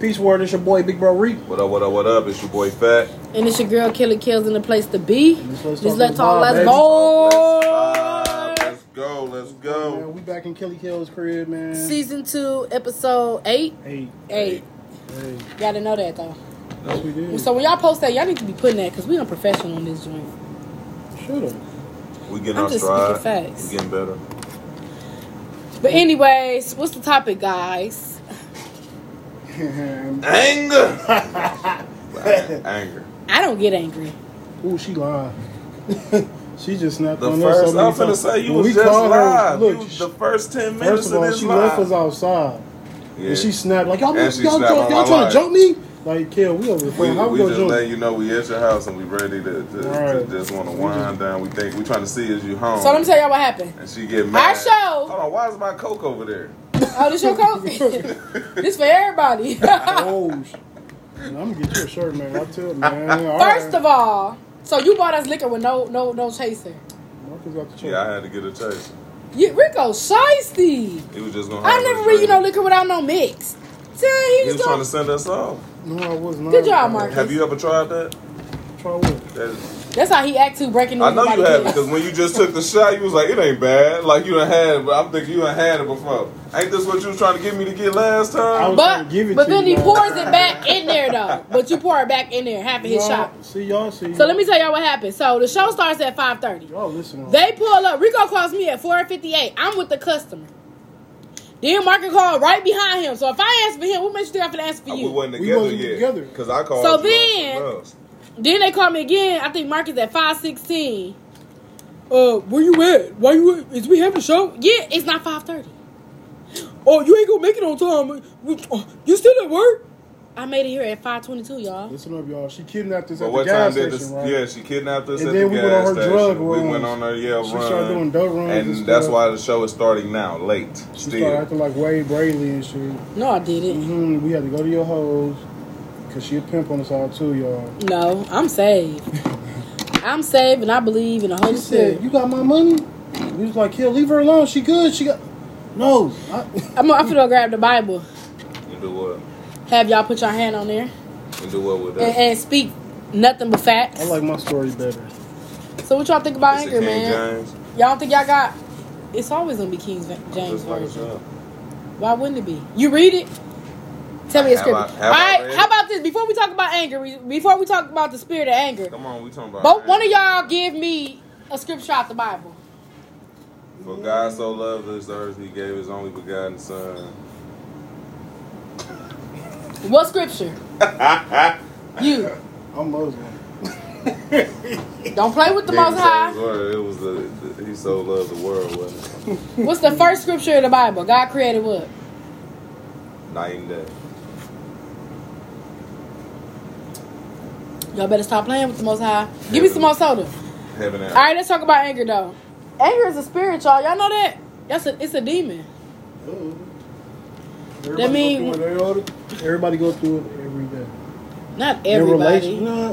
Peace word, it's your boy Big Bro Reap. What up, what up, what up? It's your boy Fat. And it's your girl Killer Kills in the place to be. Just let's Just talk let's this talk, ball, let's baby. go. Let's vibe. Let's go, let's Man, go. we back in Kelly Kill's crib, man. Season two, episode eight. Hey, Eight. hey, Gotta know that though. yes we did. So when y'all post that, y'all need to be putting that because we unprofessional in this joint. Should've. We getting I'm our just stride. speaking facts. We getting better. But anyways, what's the topic, guys? Anger. Anger. I don't get angry. Ooh, she lied. she just snapped The on us. first, so many I'm finna times. say you When was we just called live. Her, You look, was the first ten first minutes of all, of this she live. left us outside, yeah. and she snapped like y'all, And she y'all, snapped y'all, on y'all my trying life. to jump me. Like, kill, we over the we, phone. How we we gonna just jump? let you know we at your house and we ready to, to, to Alright. just want to wind down. We think we trying to see is you home. So let me tell y'all what happened. and she get mad. show- Hold on, why is my coke over there? Oh, this your coat? this for everybody. Oh, sh- man, I'm gonna get you a shirt, man. I tell you, man. All First right. of all, so you bought us liquor with no no no chaser. Marcus got the check. Yeah, I had to get a chase. You, Rico shiesty. He was just gonna. I have never us read you no drink. liquor without no mix. See, he He was, was trying to going. send us off. No, I was not. Good job, Mark. Have you ever tried that? Try what? That- That's how he act too breaking. I news know you nobody have cares. because when you just took the shot, you was like, it ain't bad. Like you done had it, but I'm thinking you done had it before. Ain't this what you was trying to get me to get last I time? was- But gonna give it but to then you, he man. pours it back in there though. But you pour it back in there, half of his Y'all- shot. See y'all. See. So let me tell y'all what happened. So the show starts at five thirty. Y'all listen. on- They pull up. Rico calls me at four fifty eight. I'm with the customer. Then Market called right behind him. So if I answer for him, what makes you think I'm gonna answer for we you? wasn't We together wasn't yet. together. Cause I called. So you on then- something else. Then they call me again. I think Marcus at five sixteen. Uh, where you at? Why you at? Is we having a show? Yeah, it's not five thirty. Oh, you ain't gonna make it on time. We- oh, You still at work? I made it here at five twenty two, y'all. Listen up, y'all. She kidnapped us But at what the time gas did station, this? right? Yeah, she kidnapped us And at then the we gas went on her station. drug we runs. went on her yeah She run. started doing dope runs and and that's stuff. why the show is starting now, late. She Still, started acting like Wade Brayley and shit. No, I didn't. hmm We had to go to your hoes because she a pimp on us all too, y'all. No, I'm saved. I'm saved, and I believe in the Holy He said, Spirit. "You got my money." We was like, "Yeah, leave her alone. She good. She got." No, I, I'm gonna I'm finna grab the Bible. you do what? Have y'all put your hand on there You do what with and, that? and speak nothing but facts. I like my story better. so what y'all think about It's a anger, King man? James. Y'all don't think y'all got? It's always gonna be King James Just like it's version. up. Why wouldn't it be? You read it. Tell me a Have scripture. I- have I All right. read it? how about this? Before we talk about anger, we- before we talk about the spirit of anger, Come on, we talking about. both one anger. of y'all give me a scripture out the Bible. For God so loved this earth, He gave His only begotten Son. What scripture? you I'm Muslim. don't play with the Didn't Most say his High. word. It was the, the- He so loved the world, wasn't it? What's the first scripture in the Bible? God created what? Night and day. Y'all better stop playing with the Most High. Give me some more soda. Heaven and All right, let's talk about anger though. Anger is a spirit, y'all. Y'all know that? That's a it's a demon. Everybody go mean- through it, everybody- everybody go through it every day. Not Their everybody. relation- nah,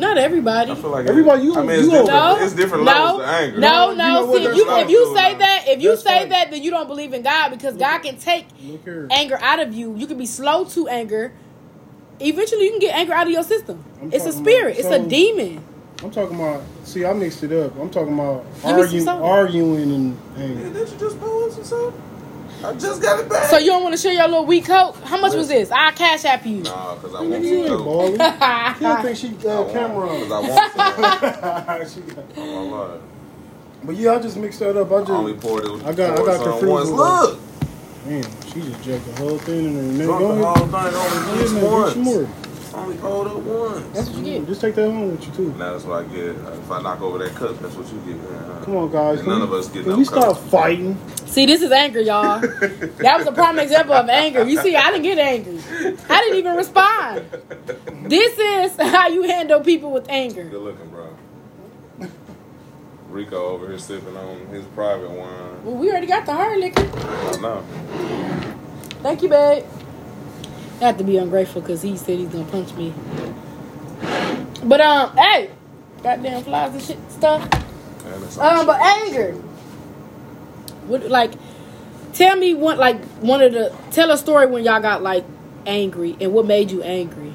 Not everybody. I feel like Everybody, you- I mean, it's you- different. No, it's different no, levels of anger. No, You know no. what? See, if That's you right. if you That's say right. that, if you That's say right. that, then you don't believe in God because God can take Look here. anger out of you. You can be slow to anger. Eventually, you can get anger out of your system. I'm It's a talking spirit. about- it's a so- demon. I'm talking about. See, I mixed it up. I'm talking about Give me some argu- soda. arguing and Yeah, anger. did you just buy us or something? I just got it back. So you don't want to share your little weak coat? How much was this? I'll cash app you. Nah, because I want You some ain't dope. balling. Yeah, I think she I uh, want- camera on. 'cause I want some. She got- Oh, my Lord. but yeah, I just mixed that up. I I only just poured it. I got- I poured got some confused once. with- Look, man, she just jerked the whole thing in there. and then drunk the Go whole ahead. thing. Only Yeah, used man, get some once. more. Only poured it once. That's what you get. Just take that home with you too. Now that's what I get. If I knock over that cup, that's what you get. man. Come on, guys. And Can none we- of us get Can no we stop cups. fighting? See, this is anger, y'all. That was a prime example of anger. You see, I didn't get angry. I didn't even respond. This is how you handle people with anger. Good looking, bro. Rico over here sipping on his private wine. Well, we already got the hard liquor. I don't know. Thank you, babe. I have to be ungrateful because he said he's gonna punch me. But um, hey, goddamn flies and shit stuff. Man, that's Um, all but shit. anger. What like? Tell me one like one of the tell a story when y'all got like angry and what made you angry?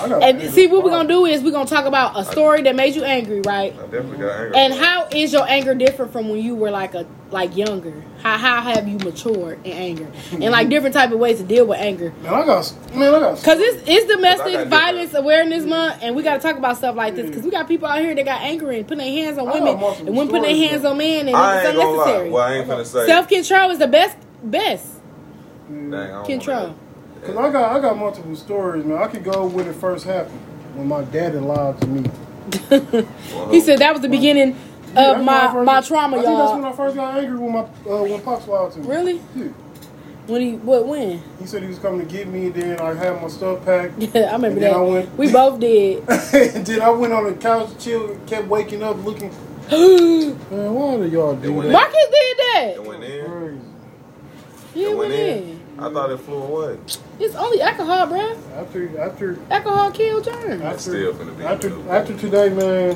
I got And see, what we're gonna do is we're gonna talk about a story that made you angry, right? I definitely got angry. And how is your anger different from when you were like a like younger? How how have you matured in anger and like different type of ways to deal with anger? Man, I got. Man, I got. Cause it's it's I got domestic different- violence awareness month, and we gotta talk about stuff like this. Cause we got people out here that got angry and putting their hands on I got women multiple and women putting their stories, hands though. on men, and I it's ain't gonna lie. unnecessary. Well, I ain't gonna say. Self control is the best best Dang, I don't wanna- control. Cause I got. I got multiple stories, man. I could go when it first happened, when my daddy lied to me. He said that was the Yeah, beginning of that's when I my first- my trauma, I think that's when y'all. I first got angry when my uh, when pops lied to me. Really? Yeah. When he what when? He said he was coming to get me, and then I had my stuff packed. Yeah, I remember And then I that. went- We both did. and then I went on the couch, chilled, kept waking up looking. Marcus Man, why do y'all do went that? did that. It went in. Crazy. Yeah, It it went went in. in. I thought it flew away. It's only alcohol, bruh. After after Alcohol killed germs. after still finna be dope. after, after today, man.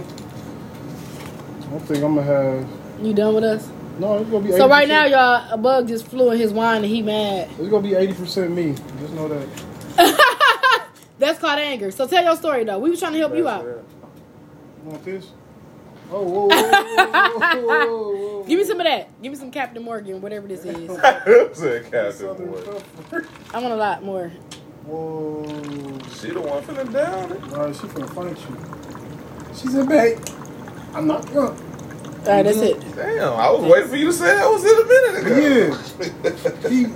I think I'm gonna have. You done with us? No, it's gonna be. So 80%, right now, y'all, a bug just flew in his wine and he mad. it's gonna be eighty percent me. Just know that. That's called anger. So tell your story though. We was trying to help you out. You want this? Oh, whoa, whoa, whoa, whoa, whoa, whoa, whoa. Give me some of that. Give me some Captain Morgan, whatever this is. Said Captain Southern Boy. pepper. I want a lot more. Whoa. She the one finna down it. All right, she gonna fight you. She said, "Babe, I'm not drunk." All right, that's it. Damn, I was waiting for you to say that was in a minute ago. Yeah. He,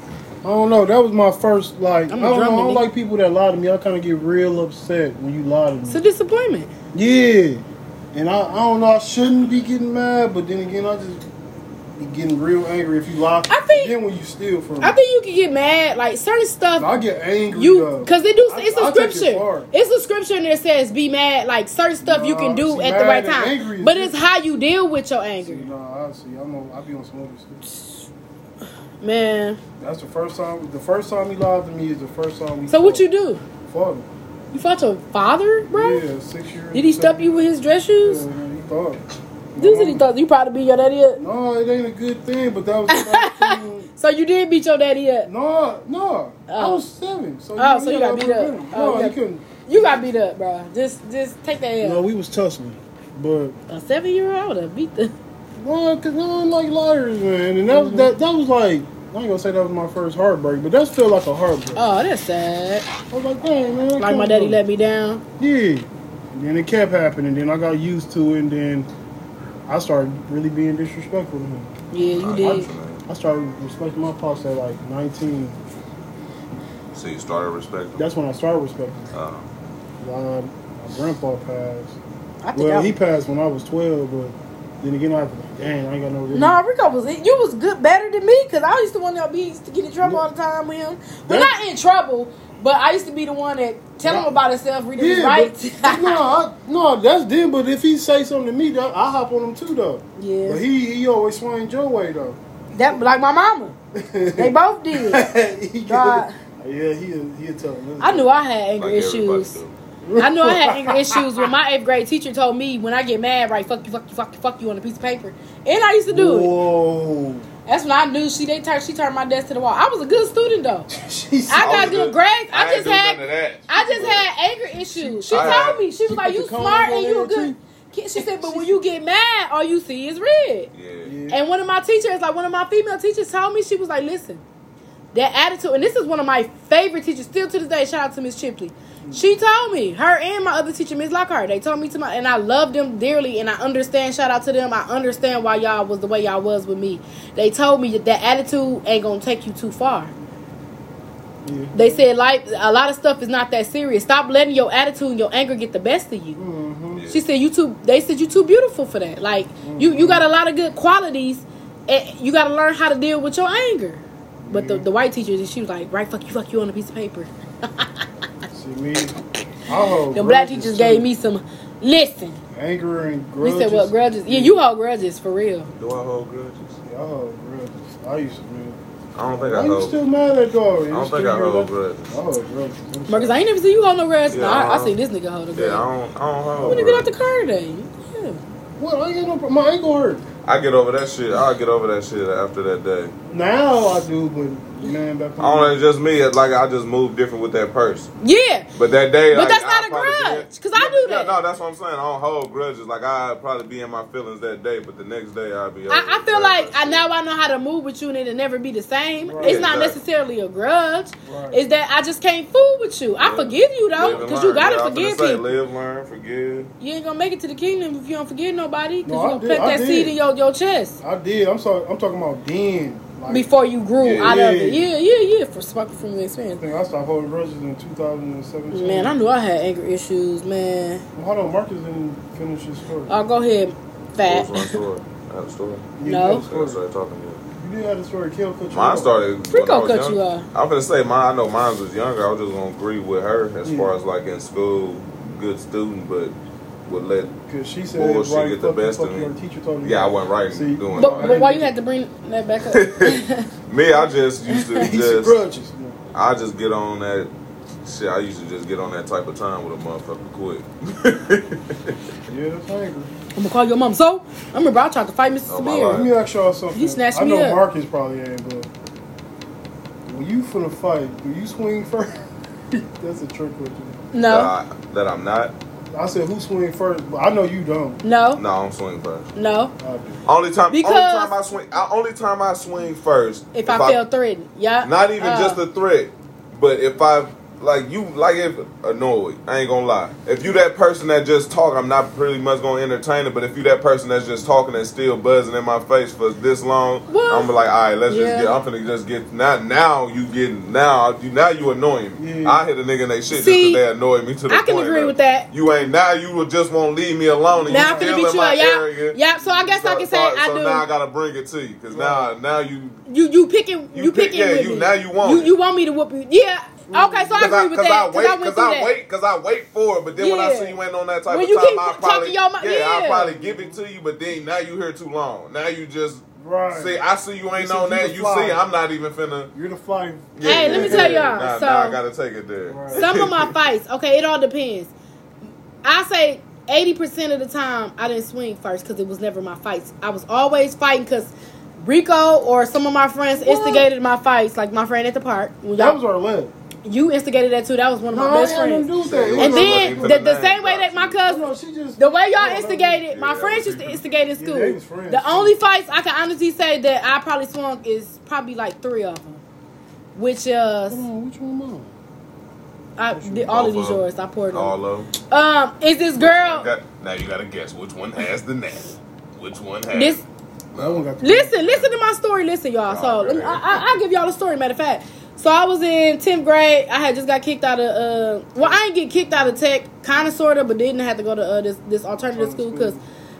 I don't know. That was my first like. I'm I'm a I do not drummer, know. I don't nigga. like people that lie to me. I kind of get real upset when you lie to me. It's a disappointment. Yeah. And I, I don't know. I shouldn't be getting mad, but then again, I just be getting real angry if you lie. I think- Then when you steal from me, I think you can get mad, like certain stuff. I get angry. You though. because they do. I- It's a I'll take it scripture. far. It's a scripture in there says be mad. Like certain stuff you Nah, can do see, at the right mad and angry time. is But it's different. how you deal with your See, anger, nah, I see. I'm on, I be on some other stuff. man. That's the first time. The first time he lied to me is the first time we. So what fought. you do? Fought him. You fought your father, bro? Yeah, six years. Did he stuff you with his dress shoes? Yeah, he thought. Dude said he thought you probably beat your daddy up. No, it ain't a good thing, but that was the first thing. So you did beat your daddy up. No, no. I Oh. was seven. So Oh, he- so he you got beat up. him. No, Oh, yeah. he couldn't. You got beat up, bro. Just just take that No, L. we was tussling. But A seven year old would beat the no, cause I don't like liars, man. And Mm-hmm. that was that that was like I ain't gonna say that was my first heartbreak, but that still like a heartbreak. Oh, that's sad. I was like, dang man. I Like my can't daddy do let me down. it. Yeah. And then it kept happening, then I got used to it and then I started really being disrespectful to him. Yeah, you did. I started respecting my pops at like nineteen. So you started respecting. That's when I started respecting him. Uh, Uh, my grandpa passed. I think Well, I, he passed when I was 12, but then again, I was like, dang, I ain't got no real. No, Rico was you was good better than me because I used to one that be used to get in trouble all the time with him. Well, That- not in trouble, but I used to be the one that tell him about himself, read his Yeah, rights. but- no, I, no, that's them. But if he say something to me, though, I hop on him too, though. Yeah. But he he always swing your way though. that like my mama. They both did. He God. get- Yeah, he he'll tell him. I knew I had anger like everybody issues. do. I knew I had anger issues when my eighth grade teacher told me when I get mad, right, fuck you, fuck you, fuck you, fuck you on a piece of paper. And I used to do it. Whoa. That's when I knew she they turned she turned my desk to the wall. I was a good student though. She I saw- was got good good. I grades. I ain't just do had none of that. I just had anger issues. She I told had- me she was she like, put "You the cone smart on and you a there, good." kid." She said, "But when you get mad, all you see is red." Yeah. Yeah. And one of my teachers, like one of my female teachers, told me she was like, "Listen, that attitude." And this is one of my favorite teachers still to this day. Shout out to Miss Chipley. She told me her and my other teacher, Miss Lockhart. They told me to my and I love them dearly and I understand. Shout out to them. I understand why y'all was the way y'all was with me. They told me that, that attitude ain't gonna take you too far. Yeah. They said life, a lot of stuff is not that serious. Stop letting your attitude and your anger get the best of you. Mhm. Mm-hmm. She said you too. They said you too beautiful for that. Like you, you got a lot of good qualities. And you got to learn how to deal with your anger. But the, the white teacher, she was like, right, fuck you, fuck you on a piece of paper. See me. I hold The black grudges, teachers too. gave me some. Listen, anger and we grudges. said what grudges? Yeah, you hold grudges for real. Do I hold grudges? Yeah, I hold grudges. Oh, I used to. Man. I don't think Why I you hold. still mad at dog? I don't think I hold grudges. I hold grudges. I'm Marcus, I ain't never seen you hold no grudges. Yeah, no, I, I I- seen this nigga hold a grudge. Yeah, I don't. I don't hold. when you get out the grudges. car today, yeah. What? I ain't got no. pro- My ankle hurt. I get over that shit. I'll get over that shit after that day. Now I do, but man, back I don't know, it's just me. It's Like I just moved different with that person. Yeah. But that day, But like, that's not I'll a probably be in- grudge, 'cause I do that. Yeah, no, that's what I'm saying. I don't hold grudges. Like I'll probably be in my feelings that day, but the next day I'll be. over I, I it. feel like I now I know how to move with you and it'll never be the same. Right. It's not Exactly. necessarily a grudge. Right. It's that I just can't fool with you. I Yeah. forgive you though, Live and because you learn. gotta Yeah, I was forgive finna say, people. Live, learn, forgive. You ain't gonna make it to the kingdom if you don't forgive nobody, because No, you I gonna did- plant I that did. seed in your, your chest I did. I'm sorry. I'm talking about then. Like, before you grew Yeah. out of it. Yeah. Yeah, yeah, yeah. For smoking from your experience. I think I stopped holding grudges in 2017. Man, I knew I had anger issues, man. Well, hold on, Marcus didn't finish his story. Oh, go ahead, What fat. was my story? I had a story. You no. did have a So I story. started talking to you. You did have a story. Kale cut you Mine off. started. Frico when I was cut young. you off. I'm gonna say mine. I know mine was younger. I was just gonna agree with her as Yeah. far as like in school, good student, but would let. Because she said, Bullshit right, get the fuck you, best fuck of you, me. Her teacher told me. Yeah, I wasn't right See, doing But, but that. why you had to bring that back up? Me, I just used to He's a just. grudges. No. I just get on that. Shit, I used to just get on that type of time with a motherfucker quick. Yeah, that's angry. I'm gonna call your mom. So I remember I tried to fight Mrs. Oh, my Spears. Let me ask y'all something. You snatched I me know up. Marcus probably ain't, but when you finna fight, do you swing first? that's a trick with you. No, that, I, that I'm not. I said, who swing first? But I know you don't. no, No, I don't swing first. no. I do. Only time, Because- only time I swing. I, only time I swing first. If, I, feel threatened, yeah. Not even Uh, just a threat, but if I like you, like if annoyed, I ain't gonna lie. If you that person that just talk, I'm not pretty much gonna entertain it. But if you that person that's just talking and still buzzing in my face for this long, Well, I'm like, all right, let's yeah. just get. I'm finna just get now. Now you getting now you now you annoying me. Yeah. I hit a nigga in they shit See, just 'cause they annoyed me to the I can point agree of- with that. You ain't now. You will just won't leave me alone. And Now I'm you finna still beat in you my up. area. Yep. Yep. So I guess I can say so, I so do. now I gotta bring it to you because now now you you you picking you, You pick- picking yeah, with you- me. now you want you, it. you want me to whoop you. Yeah. Okay. So I agree with that. I wait, I went cause through I that. wait, cause I wait for it. But then when I Yeah. see you ain't on that type When of you time, keep I talking probably your mouth- yeah, I yeah. probably give it to you. But then now you here too long. Now you just Right. see. I see you ain't You see, on you that. the You fly. see, I'm not even finna. You're the fly. Yeah, Hey, yeah, let me yeah. tell y'all, Nah, so- nah, I gotta take it there. Right. Some of my fights. Okay. It all depends. I say. 80% of the time, I didn't swing first because it was never my fights. I was always fighting because Rico or some of my friends instigated my fights, like my friend at the park. That was our leg. you instigated that too. That was one of my I best had nothing friends. to do with that. It And was And our Nobody then put the, a the name same way box. that my leg. cousin No, she just- The way Yeah, y'all that was- instigated, Yeah, my that friends was used to even- instigate in Yeah, school. they was friends. the only fights I can honestly say that I probably swung is probably like three of them, which uh, Hold on, which one mine? I did all of these Both of 'em. yours. I poured them. All of them. Um, is this girl? Got- now you gotta guess which one has the name. Which one has This That one got the listen, listen to Oh, my story. Listen, y'all. So let me- I, I, I'll give y'all a story. Matter of fact, so I was in tenth grade. I had just got kicked out of. Uh, well, I didn't get kicked out of tech, kind of sorta, but didn't have to go to uh, this this alternative school because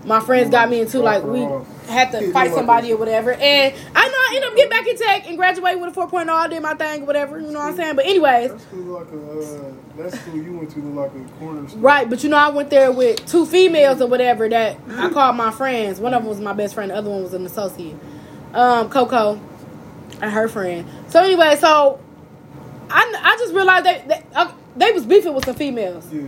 my friends got me into like we had to fight somebody or whatever. And I know I ended up getting back in tech and graduated with a 4.0. I did my thing, whatever. You know what I'm saying? But anyways, That school looked like a. Uh, that school you went to looked like a corner store. Right, but you know, I went there with two females or whatever that I called my friends. One of them was my best friend, the other one was an associate. Um, Coco and her friend. So anyway, so I, I just realized that they, uh, they was beefing with some females. Yeah.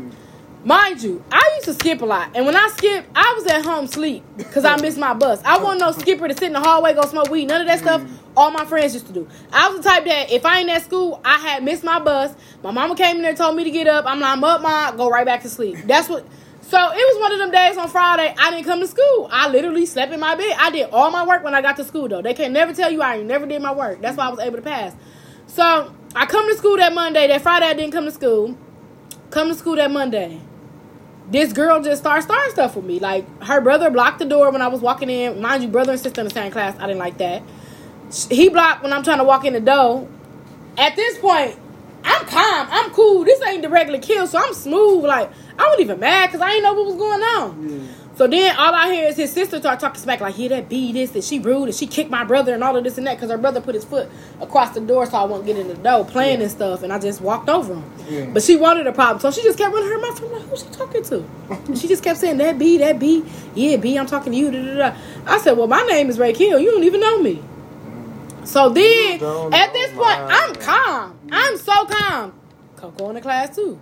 Mind you, I used to skip a lot, and when I skipped, I was at home sleep because I missed my bus. I wasn't no skipper to sit in the hallway go smoke weed, none of that stuff. All my friends used to do. I was the type that if I ain't at school, I had missed my bus. My mama came in there told me to get up. I'm like, I'm up, ma. Go right back to sleep. That's what. So it was one of them days on Friday. I didn't come to school. I literally slept in my bed. I did all my work when I got to school though. They can never tell you I ain't never did my work. That's why I was able to pass. So I come to school that Monday. That Friday I didn't come to school come to school that Monday. This girl just started starting stuff with me. Like her brother blocked the door when I was walking in. Mind you, brother and sister in the same class. I didn't like that. Sh- He blocked when I'm trying to walk in the door. At this point, I'm calm. I'm cool. This ain't the regular kill, so I'm smooth. Like I wasn't even mad because I didn't know what was going on. So then all I hear is his sister start talking smack like, "Hear that B this and she rude and she kicked my brother and all of this and that because her brother put his foot across the door so I won't get in the door playing and stuff and I just walked over him. Yeah. But she wanted a problem, so she just kept running her mouth. I'm like, who's she talking to? she just kept saying that B, that B, yeah B, I'm talking to you. Da, da, da. I said, well, my name is Ray Hill. You don't even know me. So then, don't at know this point, mine. I'm calm. I'm so calm. Coco in the class too.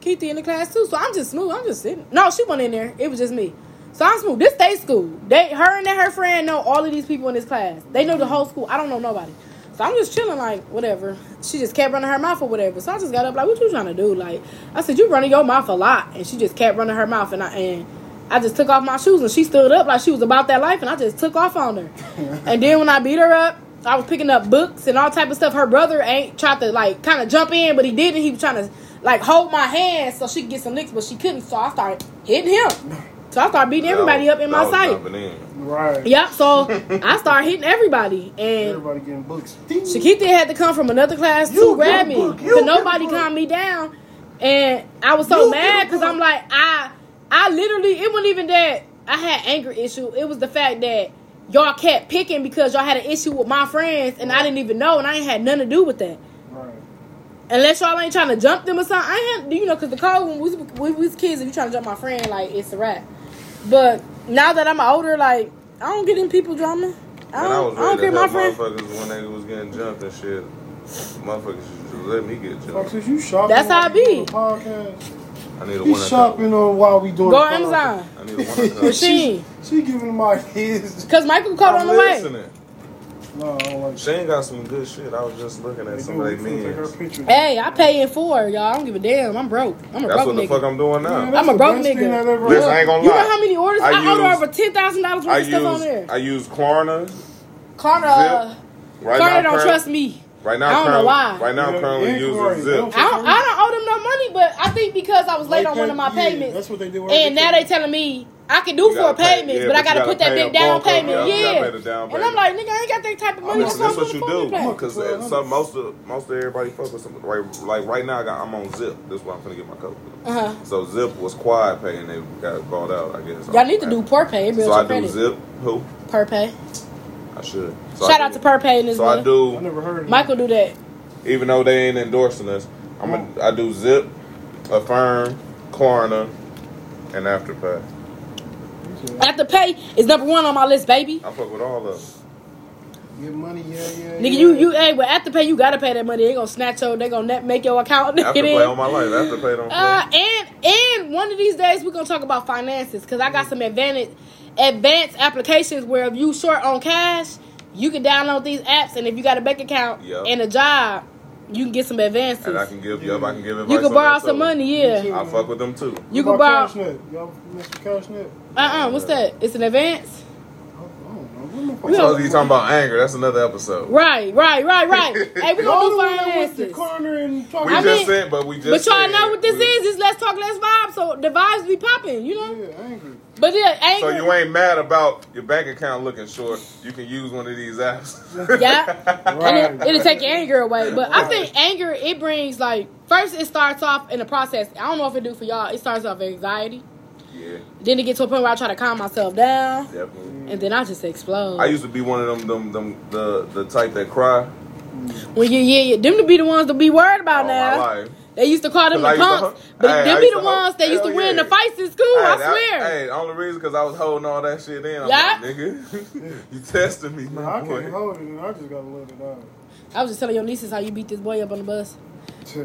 Keithy in the class too. So I'm just smooth. I'm just sitting. No, she wasn't in there. It was just me. So I'm smooth. This day school. They her and her friend know all of these people in this class. They know the whole school. I don't know nobody. So I'm just chilling, like whatever. She just kept running her mouth or whatever. So I just got up, like, what you trying to do? Like, I said, you running your mouth a lot, and she just kept running her mouth, and I and I just took off my shoes, and she stood up like she was about that life, and I just took off on her. and then when I beat her up, I was picking up books and all type of stuff. Her brother ain't tried to like kind of jump in, but he didn't. He was trying to like hold my hand so she could get some licks, but she couldn't. So I started hitting him. So I started beating everybody up in my sight. Right. Yep. So I started hitting everybody, and Everybody getting books. Shaquita had to come from another class You to grab get me, a book, you so nobody get a book. calmed me down. And I was so You mad get a because I'm book. like, I, I literally, it wasn't even that I had anger issue. It was the fact that y'all kept picking because y'all had an issue with my friends, and I didn't even know, and I ain't had nothing to do with that. Right. Unless y'all ain't trying to jump them or something. I ain't, you know, because the code when we, was- when we was kids, if you trying to jump my friend, like, it's a wrap. But now that I'm older, like, I don't get in people drama. And I I was don't, I don't ready care to my help friend. motherfuckers when they was getting jumped and shit. Motherfuckers should just let me get Fox, jumped. is you shopping? That's while how we it be. doing the Podcast. I need a He one. shopping on while we doing. Go the podcast. Amazon. I need a one. Machine. She giving him ideas. Because Michael caught on the way. No, I don't like Shane got some good shit. I was just looking at They some do. of They their do take her memes. pictures. Hey, I pay in four, y'all. I don't give a damn. I'm broke. I'm a That's what broke the fuck nigga. I'm doing Man, now. that's I'm a the broke best thing nigga. that ever Listen, I happened. ain't gonna You know lie. how many orders? I I, order use- over ten thousand dollars worth I of stuff on use there. I use Klarna. Carter, uh, Right Carter now, don't current- trust me. Right now, I don't know currently, why. Right now, I'm Yeah, currently yeah, Klarna. using Zip. Don't- I don't, I don't owe them no money, but I think because I was late on one of my Yeah, payments, That's what they do. and now they telling me I can do You four gotta pay- payments, yeah, but but I you gotta, gotta put that pay a big down bulk of it. payment. Yeah, you gotta Yeah, pay the down and I'm payment. like, nigga, I ain't got that type of money. Listen, so that's I'm what you do. gonna play. Because some most of most of everybody fuck with some. Right, like right now, I got, I'm on Zip. That's why I'm finna get my coat. Uh-huh. So Zip was quad pay and they got bought out. I guess. Y'all need to do per pay. It builds So your I do credit. Zip. Who? Per pay. I should. So Shout I out do- to per pay in this So I one. I do. never heard of it. Michael do that. Even though they ain't endorsing us, I'm a, I do Zip, Affirm, Klarna, and Afterpay. After pay is number one on my list, baby. I fuck with all of them. Get money, yeah, yeah. Nigga, you you hey, but after pay you gotta pay that money. They gonna snatch your, they gonna net make your account. Nigga, Afterpay then. on my life. Afterpay don't. Uh, play. and and one of these days we're gonna talk about finances because I got some advantage advanced applications where if you short on cash, you can download these apps, and if you got a bank account Yep. and a job, you can get some advances. and I can give. Yep, I can give advice. you can on borrow that, some too. money, yeah. too. I fuck with them too. You What can about borrow. Cashnet? Y'all, Mr. Cashnet. Uh uh what's that? It's an advance. I don't know. What We the So don't- fuck? you talking about anger? That's another episode. Right, right, right, right. hey, we're Y'all gonna the do one that went to finances. corner and We talking I just mean- said, but we just. But y'all said- know what this we- is. It's let's talk, let's vibe. So the vibes be popping, you know. Yeah, angry. But yeah, anger. So you ain't mad about your bank account looking short. You can use one of these apps. Yeah. Right. And it, it'll take your anger away. But I think anger it brings like first it starts off in the process. I don't know if it do for y'all. It starts off anxiety. yeah, Then it gets to a point where I try to calm myself down, definitely. and then I just explode. I used to be one of them, them, them, the, the type that cry when you yeah, yeah, them to be the ones to be worried about all Oh, my now. life. They used to call them 'Cause I the used to punks, hu- but Hey, I them be used the to hu- ones that used to Hell win the yeah. fights in school. hey, I that- swear. hey, only reason because I was holding all that shit in. I'm Yeah. like, nigga, you testing me, Nah, I my can't boy. hold it, and I just gotta let it out. I was just telling your nieces how you beat this boy up on the bus. Chill.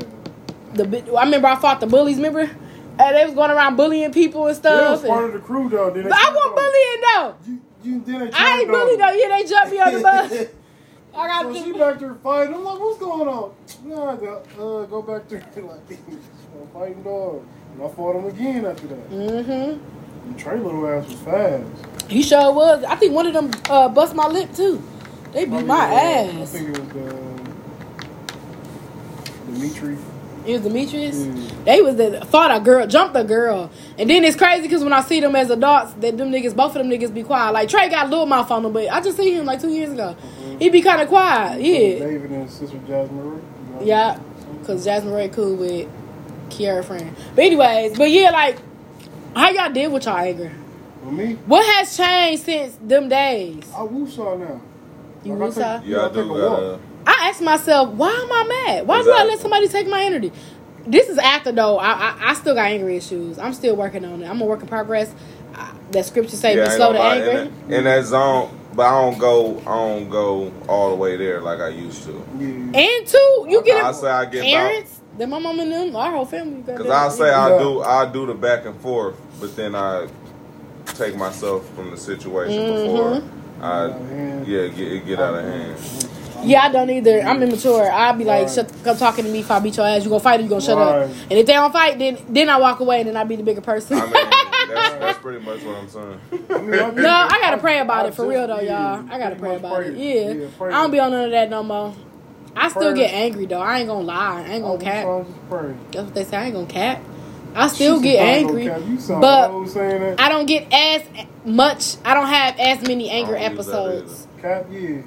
The bi- I remember I fought the bullies. Remember, and they was going around bullying people and They stuff. was part and- of the crew though. Then they but I turned wasn't on- bullying though. You, you then they I ain't turned on bullied though. them. Yeah, they jumped me on the bus. I got so she to. back there fighting. I'm like, what's going on? Nah, the, uh, go back there. like, I'm fighting dog. And I fought him again after that. Mhm. And Trey little ass was fast. He sure was. I think one of them uh, bust my lip too. They beat my I think it was, Oh, ass. I It think it was the Dimitri. was Demetrius. Mm. They was the fought a girl, jumped a girl, and then it's crazy because when I see them as adults, that them niggas, both of them niggas be quiet. Like Trey got little mouth on him, but I just seen him like two years ago. Mm-hmm. He be kind of quiet. Yeah, uh, David and sister Jasmine. Rick, you know? yeah. Cause Jasmine Ray cool with Kiara friend. But anyways, but yeah, like how y'all deal with y'all anger? With me, What has changed since them days? I woosah now. You Like, I woosah? take- Yeah, I I take do. uh, a walk. Gotta, I ask myself, why am I mad? Why do I Exactly. let somebody take my energy? This is after though. I, I I still got anger issues. I'm still working on it. I'm a work in progress. I, that scripture say, yeah, "Be I ain't slow gonna to lie, anger." In that, in that zone, but I don't go, I don't go all the way there like I used to. Yeah. And two, you get I it. say I get about parents, then my mom and them, our whole family. got Cause that. I'll say Yeah. I do I do the back and forth, but then I take myself from the situation Mm-hmm. before I yeah get it get out of hand. Yeah, I don't either. I'm immature. I'll be like, shut the fuck up talking to me. If I beat your ass, you gonna fight or you gonna shut Right. up. And if they don't fight, then then I walk away and then I be the bigger person. I mean that's, that's pretty much what I'm saying. No, I gotta pray about it for real though, y'all. I gotta pray about it. Yeah, I don't be on none of that no more. I still get Prayer. angry though. I ain't gonna lie. I ain't Oh, gonna cap. Pray. That's what they say. I ain't gonna cap. I still get Chicago angry, cap. You sound but old saying that. I don't get as much. I don't have as many anger I don't use that episodes. Cap, yeah.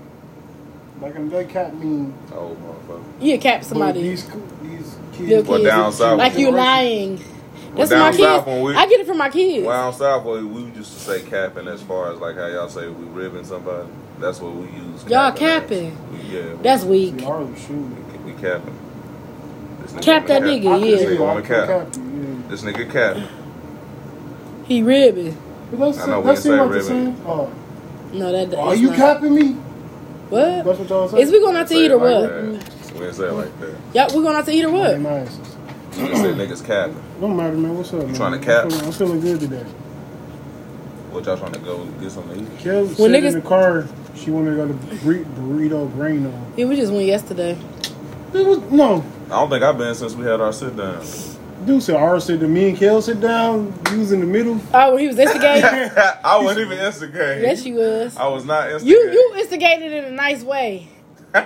Back in the day, cap mean. Oh motherfucker. You cap But somebody. these, these Little kids. Well, kids. down south. Like you Right. lying. Well, That's my down south kids. when we- I get it from my kids. Well, down south we we used to say capping as far as like how y'all say we ribbing somebody. That's what we use. Y'all as. capping. We- Yeah. we- That's weak. You are shooting. We capping. This nigga Cap wanna that nigga, I can yeah. see This nigga it. I wanna can cap. cap you, yeah. This nigga capping. He ribbing. But that's, I know that we seem say like the ribbon. same. Oh, No, that. are that's you not- capping me? What? That's what y'all saying? Is we going out to Say eat it or like what? that. We didn't say it like that. Yep, we going out to eat or what? Hey, nice. You just said niggas capping. Don't matter, man. What's up, man? trying to cap? I'm feeling, I'm feeling good today. What y'all trying to go get something to eat? Kel When said in niggas- the car she wanted to go to Bur- Burrito Grano. Yeah, we just went yesterday. It was, no. I don't think I've been since we had our sit down. Dude said, R said to me and Kel sit down. You was in the middle. Oh, he was instigating. I wasn't even instigating. yes, you was. I was not You instigating. you instigated in a nice way. You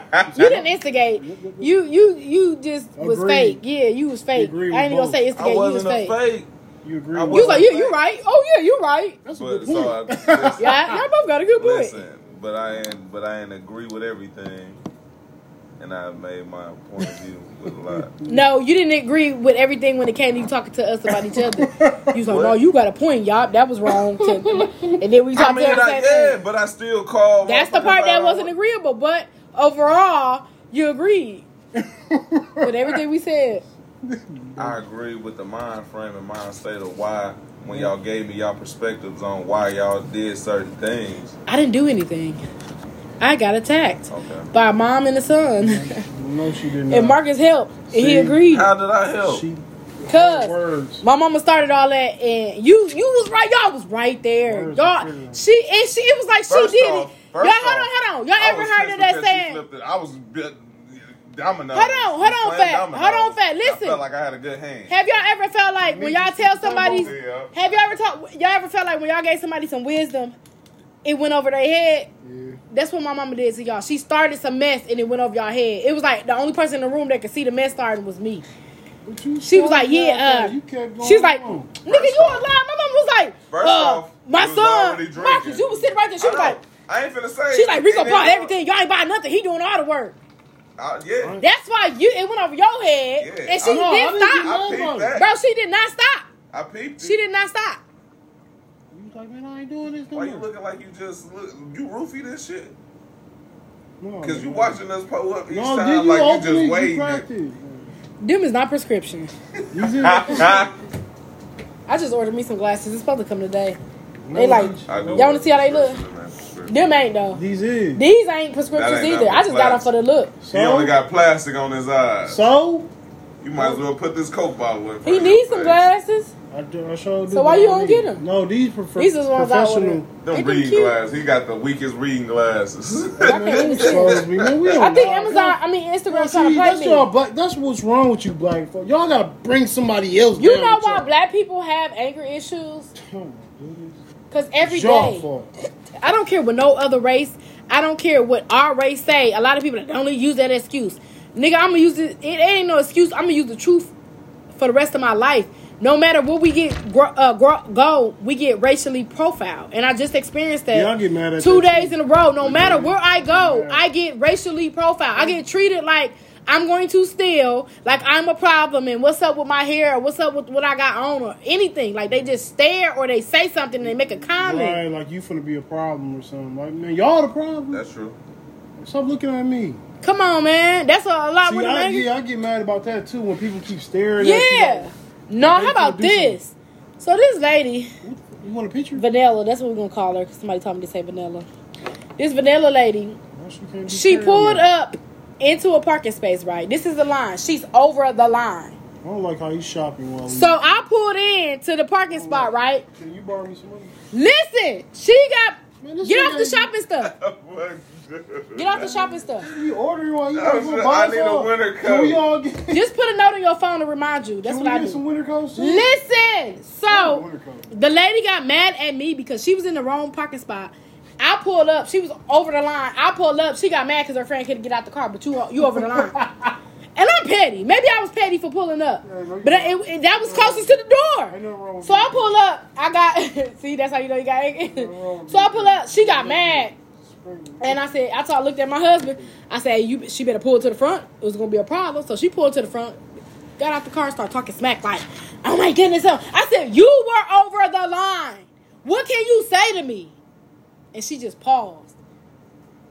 didn't instigate. You you you just was Agreed. fake. Yeah, you was fake. I Agreed with ain't even gonna both. say I instigate. You was wasn't a fake. fake. You agree? I with You was that? like yeah, you right. Oh yeah, you right. That's a But good so point. I, listen, Yeah, y'all both got a good point. listen, but I ain't but I ain't agree with everything. And I made my point of view with a lot. No, you didn't agree with everything when it came to you talking to us about each other. You was like, no, you got a point, y'all. That was wrong. and then we I talked mean, to the I, same yeah, thing. but I still call. That's the motherfuckers part that out. wasn't agreeable, but overall, you agreed with everything we said. I agree with the mind frame and mind state of why when y'all gave me y'all perspectives on why y'all did certain things. I didn't do anything. I got attacked Okay. by a mom and a son, No, she didn't. and Marcus helped, and he See, agreed. How did I help? She Cause words. my mama started all that, and you you was right. Y'all was right there. Words Y'all, are freedom. she and she. It was like First she did off- it. Y'all, first hold on, off, hold on. Y'all I ever was heard pissed of that because she saying? flipped it. I was bit- domino. Hold on, hold on, Playing Fat. domino. Hold on, Fat. I Listen. felt like I had a good hand. Have y'all ever felt like when y'all tell somebody? Yeah. Have y'all ever talked? Y'all ever felt like when y'all gave somebody some wisdom, it went over their head? Yeah. That's what my mama did to y'all. She started some mess and it went over y'all head. It was like the only person in the room that could see the mess starting was me. But you She was started like, "Yeah, out uh," there. You kept going She's like, on. "Nigga, you was lying." My mama was like, First uh, off, my you was already son, drinking. Marcus, you was sitting right there." She I was know. like, I ain't finna say. "She's like it. Rico And bought then- everything. Y'all ain't buying nothing. He doing all the work." I, yeah. That's why you it went over your head, Yeah. and she I know, I didn't didn't even stop, know. I peeped that. bro. She did not stop. I peeped it. She did not stop. You was like, man, I ain't doing this no Why you more. looking like you just look? You roofie this shit? No, Cause you man. watching us pull up each Oh, No, did time you like open you just it? You waiting. cracked it. it. Them is not prescription. You did. I just ordered me some glasses. It's supposed to come today. They like I do y'all wanna see how they look? Them ain't though. These is. These ain't prescriptions That ain't either. nothing I just got plastic. them for the look. He only got plastic on his eyes. So You might as well put this coke bottle in. front He of your needs some face. glasses. I, do, I showed. So why you don't get 'em? No, these prof- These is the ones I ordered. professional. They Them them reading cute. glasses. He got the weakest reading glasses. can't even see. Supposed to be. Man, we don't I think know. Amazon, I mean Y'all- Instagram, trying See, to that's play y'all me. black. That's what's wrong with you, black folk. Y'all gotta bring somebody else. You down know with why y'all. black people have anger issues? Come on, dude. Cause every It's y'all day, fault. I don't care what no other race. I don't care what our race say. A lot of people don't even use that excuse. Nigga, I'm gonna use it. It ain't no excuse. I'm gonna use the truth for the rest of my life. No matter what we get gro- uh, gro- go, we get racially profiled, and I just experienced that. Y'all get mad at two that days too. in a row. No matter do. where I go, Yeah. I get racially profiled. I get treated like. I'm going to steal, like I'm a problem, and what's up with my hair, or what's up with what I got on, or anything. Like they just stare, or they say something, and they make a comment. Right, like you finna be a problem or something. Like man, y'all the problem. That's true. Stop looking at me. Come on, man. That's a, a lot See, with I, nigga. yeah, I get mad about that too when people keep staring Yeah. at you. like, No, Like, how they about gonna do this? So this lady, You want a picture? Vanilla, that's what we're gonna call her, 'cause somebody told me to say Vanilla. This Vanilla lady, Why she can't be she staring at pulled up into a parking space, right? This is the line. She's over the line. me? I don't like how he's shopping while we. So I pulled in to the parking spot, right? Can you borrow me some money? Listen, she Man, got this get off the nigga- shopping stuff. Oh, Get off the shopping stuff. You ordering while you I go was- buy I need a some? winter Can we coat. all get? Can Just put a note on your phone to remind you. That's we what I get do. some winter coats? too? Listen, Oh, so winter coat. the lady got mad at me because she was in the wrong parking spot. I pulled up. She was over the line. I pulled up. She got mad because her friend couldn't get out the car, but you you over the line. And I'm petty. Maybe I was petty for pulling up, Yeah, no, you but not. it, it- that was closest to the Ain't door. nothing wrong with So I pull up. I got see. That's how you know you got. wrong. so I pull up. She got mad. Spring. And I said, I told, I looked at my husband. I said, you, she better pull to the front. It was gonna be a problem. So she pulled to the front, got out the car, started talking smack like, "Oh my goodness!" oh." I said, "You were over the line. What can you say to me?" And she just paused.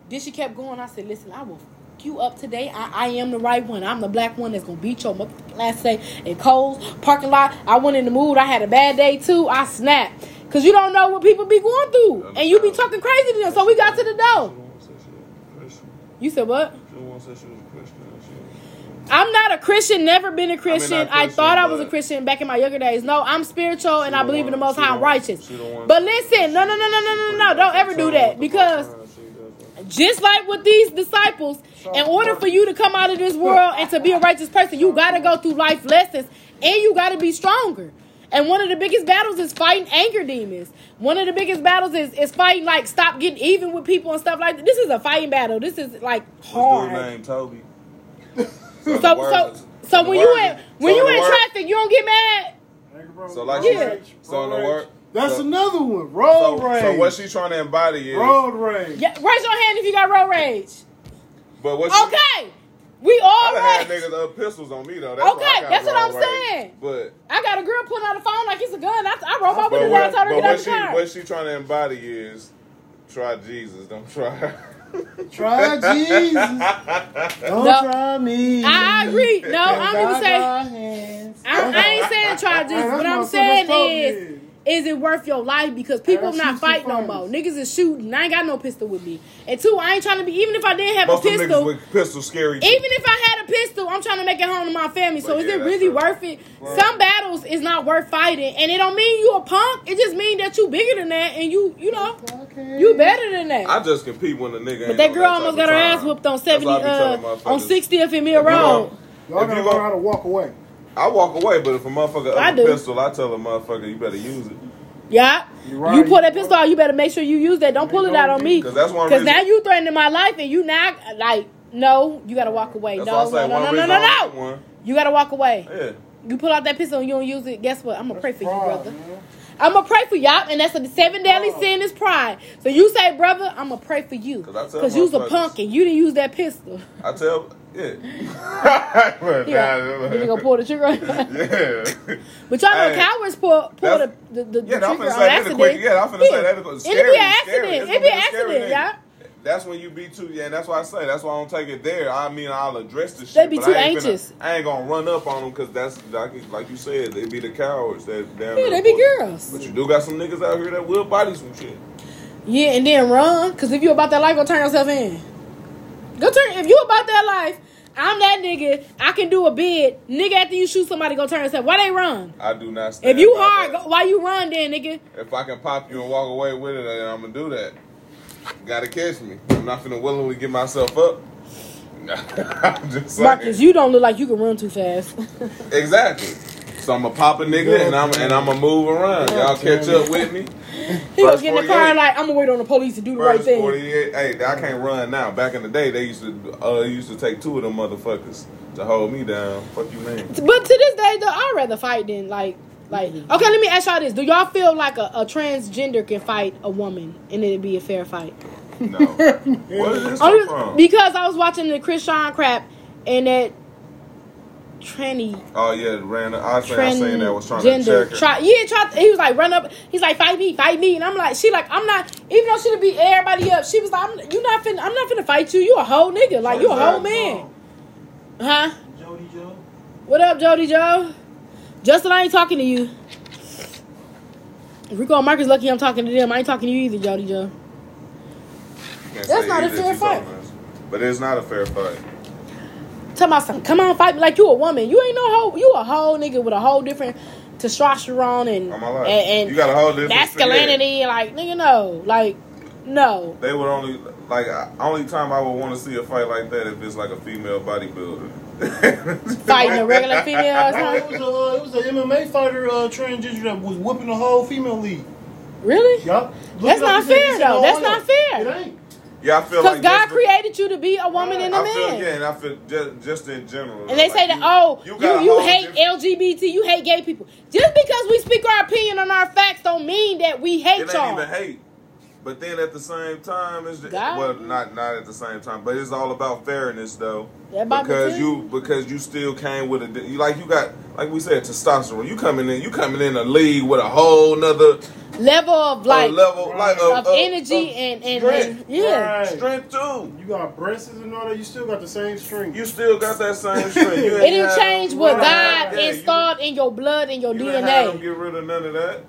Then she kept going. I said, "Listen, I will." fuck You up today? I, I am the right one. I'm the black one that's gonna beat your motherfucking ass today in Cole's parking lot. I went in the mood. I had a bad day too. I snapped because you don't know what people be going through, and you be talking crazy to them. So we got to the door. You said what? I'm not a Christian. Never been a Christian. I, not Christian, thought I was a but- Christian back in my younger days. No, I'm spiritual and She I don't believe in the wanna- Most she High, don't- and righteous. she don't wanna- But listen, no, no, no, no, no, no, no. Don't ever do that because just like with these disciples, in order for you to come out of this world and to be a righteous person, you got to go through life lessons and you got to be stronger. And one of the biggest battles is fighting anger demons. One of the biggest battles is, is fighting like stop getting even with people and stuff like that. This is a fighting battle. This is like hard. named Toby. So so so when you in when you in traffic, you don't get mad. So like Yeah. she, so in the word. That's so, another one. Road So, rage. so what she trying to embody is, Road rage. Yeah, raise your hand if you got road rage. but what she, Okay, we all I done had right. niggas up pistols on me though. That's why Okay, I got that's what road I'm rage. saying. But I got a girl pulling out a phone like it's a gun. I, I rolled my but window down, what, and told her but to get out what the she car. what she trying to embody is, try Jesus, don't try. her. Try Jesus. Don't No. try me. I agree. No, I'm gonna say I, say. I ain't saying try this. What I'm saying is, is it worth your life? Because people Gotta not shoot fighting no some more. friends. Niggas is shooting. I ain't got no pistol with me. And two, I ain't trying to be. Even if I did have Most of them a niggas pistol, with pistols scary. too. even if I had a pistol, I'm trying to make it home to my family. So But is yeah, it that's really true. worth it? Some battles is not worth fighting, and it don't mean you a punk. It just mean that you bigger than that, and you you know you better than that. I just compete when a nigga. but that girl almost got her ass whooped on seventy uh, on sixtieth and Mill Road. Y'all If gotta you learn go- how to walk away. I walk away, but if a motherfucker I up do. a pistol, I tell a motherfucker you better use it. Yeah. You right. You pull that pistol out, you better make sure you use that. Don't pull it out on me. Because that's one reason. now you threatening my life and you now like no, you gotta walk away. that's No, why I no, say no, one no, no, reason no, I don't no. get one. You gotta walk away. Yeah. You pull out that pistol and you don't use it. Guess what? I'm gonna pray for you, Pride, brother. man. I'm gonna pray for y'all, and that's a seven deadly Pride. sin is pride. So you say, brother, I'm gonna pray for you 'Cause I tell because you was a motherfuckers. punk and you didn't use that pistol. I tell. Yeah. Look, Yeah, nah, you gonna pull the trigger. Yeah. But y'all know Hey, cowards pull pull the that's- the, the, the Yeah, I'm trigger finna on say that's a accident. quick. Yeah, I'm finna say that's a quick. It'd be an accident. It'd be an accident, yeah. That's when you be too, yeah, and that's why I say that's why I don't take it there. I mean, I'll address the shit. They be but too I ain't finna- anxious. I ain't gonna run up on them because that's like, like you said, they be the cowards that damn. Yeah, near they be pull- girls. But you do got some niggas out here that will body some shit. Yeah, and then run. Cause if you about that life, go turn yourself in. Go turn if you about that life, I'm that nigga. I can do a bid. Nigga, after you shoot somebody, go turn yourself. Why they run? I do not. Stand If you by hard, that. go, why you run then, nigga? if I can pop you and walk away with it, then I'm gonna do that. Gotta catch me. I'm not finna willingly give myself up. I'm just saying. Marcus, you don't look like you can run too fast. Exactly. So I'm a pop a nigga and I'm and I'm a move around. Y'all catch up with me. he gonna Verse get in the car 48. and like, I'm gonna wait on the police to do the right First thing. 48. Hey, I can't run now. Back in the day, they used to uh, they used to take two of them motherfuckers to hold me down. Fuck you, man. But to this day, though, I'd rather fight than like, like. Okay, let me ask y'all this: Do y'all feel like a, a transgender can fight a woman and it'd be a fair fight? No. Where did this Only come from? because I was watching the Chris Sean crap and that tranny Oh yeah, ran. I think I seen that was trying transgender to check her. try yeah try he was like run up he's like fight me fight me and I'm like she like I'm not even though she'd beat everybody up she was like I'm, you not finna I'm not finna fight you you a whole nigga like you a whole man huh Jody Joe. what up Jody Joe Justin I ain't talking to you Rico and Marcus lucky I'm talking to them I ain't talking to you either Jody Joe Can't That's say not a either fair if you talking fight. about it. But it's not a fair fight. Talking about some, come on, fight me like you a woman. You ain't no hoe. You a whole nigga with a whole different testosterone and On my life. and, and you got a whole different masculinity. Like nigga, no, like no. They would only like I- only time I would want to see a fight like that if it's like a female bodybuilder Fighting a regular female or It something. was, a, it was an MMA fighter uh, trained ginger that was whooping the whole female league. Really? Yup. Look That's it up. not He said- he fair, said, though. "Oh, That's yeah." not fair. It ain't. Yeah, I feel Because like God that's the- created you to be a woman and a I feel, man. yeah, and I feel just, just in general. And they like, say that oh you got a you, whole hate different- LGBT, you hate gay people. Just because we speak our opinion on our facts don't mean that we hate It ain't y'all. even hate. But then at the same time, it's just, God. well, not not at the same time, but it's all about fairness though. That about because me too. you because you still came with a di- you like you got like we said testosterone. You coming in you coming in a league with a whole nother level of uh, like level like of, of energy of and, and, and strength, yeah. Right. strength too. You got breasts and all that. You still got the same string. You still got that same strength. You It It ain't didn't had- change you what ain't God had- yeah, you- installed in your blood and your you ain't had them DNA. Get rid of none of that.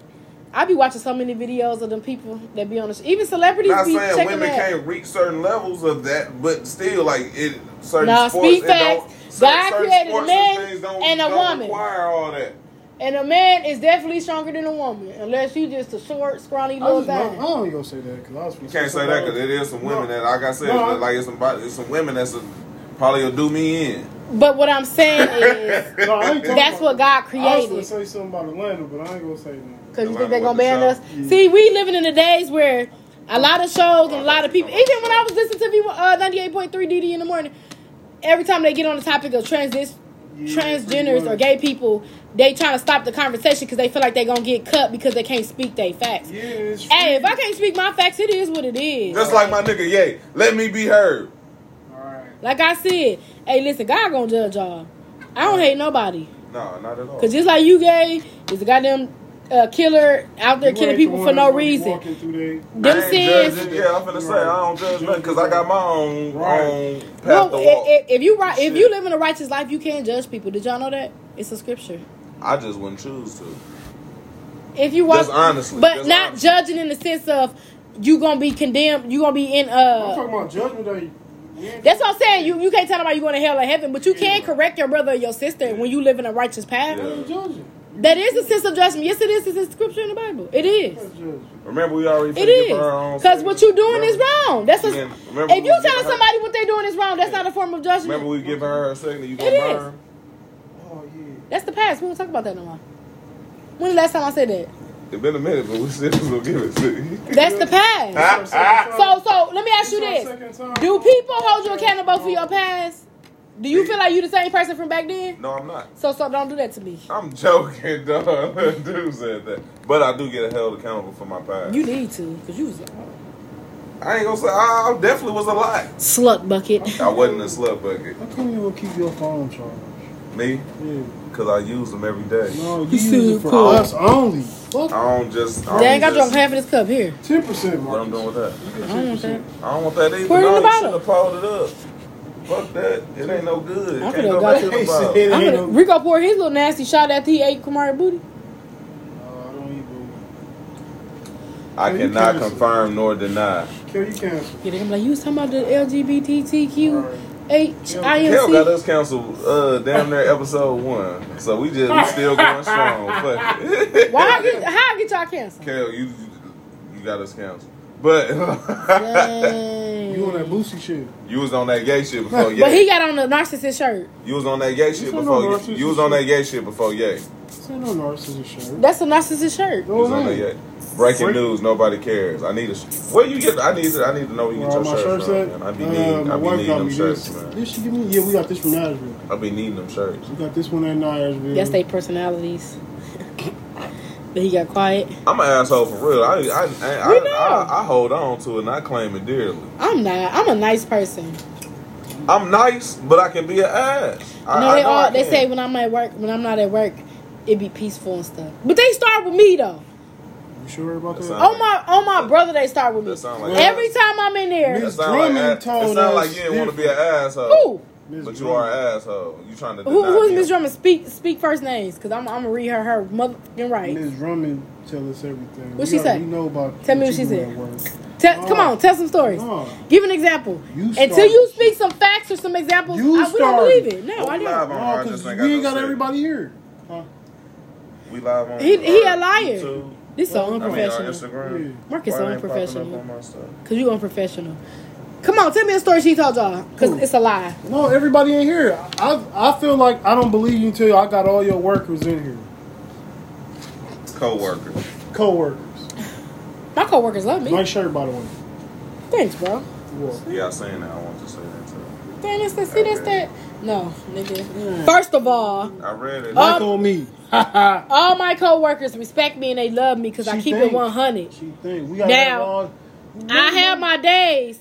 I be watching so many videos of them people that be on the sh- even celebrities Not be saying checking women that. can't reach certain levels of that, but still, like it, certain Nah, sports, speak it don't- facts. cer- God certain created a sports man things don't- and a don't woman. Require all that. And a man is definitely stronger than a woman, unless you just a short, scrawny I, little just, guy. love- I don't even say that because I was. You can't say that because it is some women No. that, like I said, No, I- like it's some, bo- it's some women that's a, probably will do me in. But what I'm saying is, No, I ain't talking that's what I God was gonna created. say something about Atlanta, but I ain't gonna say nothing. Cause you Atlanta think they're gonna with the show. ban us? Mm. See, we living in the days where a lot of shows and a lot of people. Even when I was listening to people, uh, ninety eight point three DD in the morning, every time they get on the topic of transis, Yeah, transgenders pretty or much. gay people, they trying to stop the conversation because they feel like they're gonna get cut because they can't speak their facts. Yeah, it's Hey, if I can't speak my facts, it is what it is. Just like my nigga, yay, let me be heard. Alright. Like I said, hey, listen, God gonna judge y'all. I don't hate nobody. No, not at all. Cause just like you gay is a goddamn uh, killer out there You killing ain't people the for one no that's reason. walking through they- I Them ain't sins. judging. Yeah, I'm finna say I don't judge nothing because I got my own Right. own path Well, to i- walk. i- if you right, if you Shit. live in a righteous life, you can't judge people. Did y'all know that? It's a scripture. I just wouldn't choose to. If you walk, Just honestly, but just not honestly. judging in the sense of you gonna be condemned. You gonna be in I'm uh. talking about judgment day. We ain't- That's what I'm saying. You you can't tell nobody you're going to hell or heaven, but you can Yeah. correct your brother or your sister when you live in a righteous path. we ain't judging. That is a sense of judgment. Yes, it is. It's a scripture in the Bible. It We is. ain't judging. Remember, we already It finna is get for our own. because what you doing is wrong. That's a, Yeah, remember if we you was telling giving her- somebody what they're doing is wrong. That's Yeah. not a form of judgment. Remember, we giving her a second. You It gonna is. burn. Oh yeah. that's the past. We don't talk about that no more. When the last time I said that? It's been a minute, but we still gonna give it to you. That's the past. Ah, This our second So, time. so let me ask you This our this: second time. Do people hold you accountable for your past? Do you feel like you the same person from back then? No, I'm not. So, so don't do that to me. I'm joking, dog. Dude said that, but I do get held accountable for my past. You need to, cause you was a I ain't gonna say I, I definitely was a lot. slut bucket. I wasn't a slut bucket. How come you won't keep your phone charged? Me, Yeah. cause I use them every day. No, you He use said it for cool. us only. I don't just. I don't Dang, I just, drunk half of this cup here. Ten percent. What I'm doing with that? I don't want that. I don't want that either. Put it in no, the you bottle. should have pulled it up. Fuck that. It ain't no good. I Can't could've go got back in you. the bottle. It I'm ain't gonna, no- Rico poured his little nasty shot after he ate Kamari booty. Uh, I don't eat booty. I Well, you cannot can't- confirm nor deny. Kill you cancer. Yeah, they gonna be like, you was talking about the LGBTQ Hell got HIMC. us canceled uh, damn near episode one. So we just we still going strong. Fuck it. Why I get, how I get y'all canceled? Kel, you you got us canceled. But You on that Dang. boosie shit. you was on that gay shit before But he yay. got on the narcissist shirt. You was on that gay shit ain't no before narcissist yay. You was on that gay shit before yay. This ain't no narcissist shit. That's a narcissist shirt. You was on that yeah. yay. Breaking Freak. news, nobody cares. I need a. sh- Where you get? I need. to- I need to know where you get Well, your my shirt's shirts from. at. Man. I be Uh, needing. my I be wife got needing me them this. shirts, man. Did she give me? Yeah, we got this from Nashville. I be needing them shirts. We got this one at Nashville. That's their personalities. but he got quiet. I'm an asshole for real. I I I, I, We know. I, I hold on to it and I claim it dearly. I'm not. I'm a nice person. I'm nice, but I can be an ass. I, You know, I they know I all they can. say when I'm at work, when I'm not at work, it be peaceful and stuff. But they start with me though. You sure about That's that? not- On Oh, my on my brother, they start with me. That sound like Every time I'm in That there, Miss sound like Drummond ass- told It sound us like you didn't want to be an asshole. who? Ms. But you Drummond. are an asshole. You trying to deny Who, who's me. Miss Drummond? Speak speak first names, cause I'm I'm gonna read her her motherfucking right. Ms. Drummond tell us everything. What we she say? already know about Tell me what you she do said. at work. Oh, Tell, come No. on, tell some stories. No. Give an example. You Until started. you speak some facts or some examples, You I, we don't started. believe it. No, Well, I we don't. live on No, her, I 'cause just ain't we ain't no got say. everybody here. Huh? We live on. He- he our a liar. YouTube. This so I mean, I mean, our unprofessional. Instagram. Yeah. Marcus Why so it ain't popping up unprofessional. on my stuff? Cause you unprofessional. Come on, tell me a story she told y'all. Cause Who? it's a lie. No, everybody in here. I I feel like I don't believe you until I got all your workers in here, Co-worker. coworkers. My coworkers love me. Um, Nice shirt, by the way. Thanks, bro. What? Yeah, I saying that. I want to say that too. Dang, that's the see that's that. No, nigga. First of all, I read it. Like Um, on me. she Uh, all my coworkers respect me and they love me because I She keep it thinks. one hundred. think we got Now, I have have my days.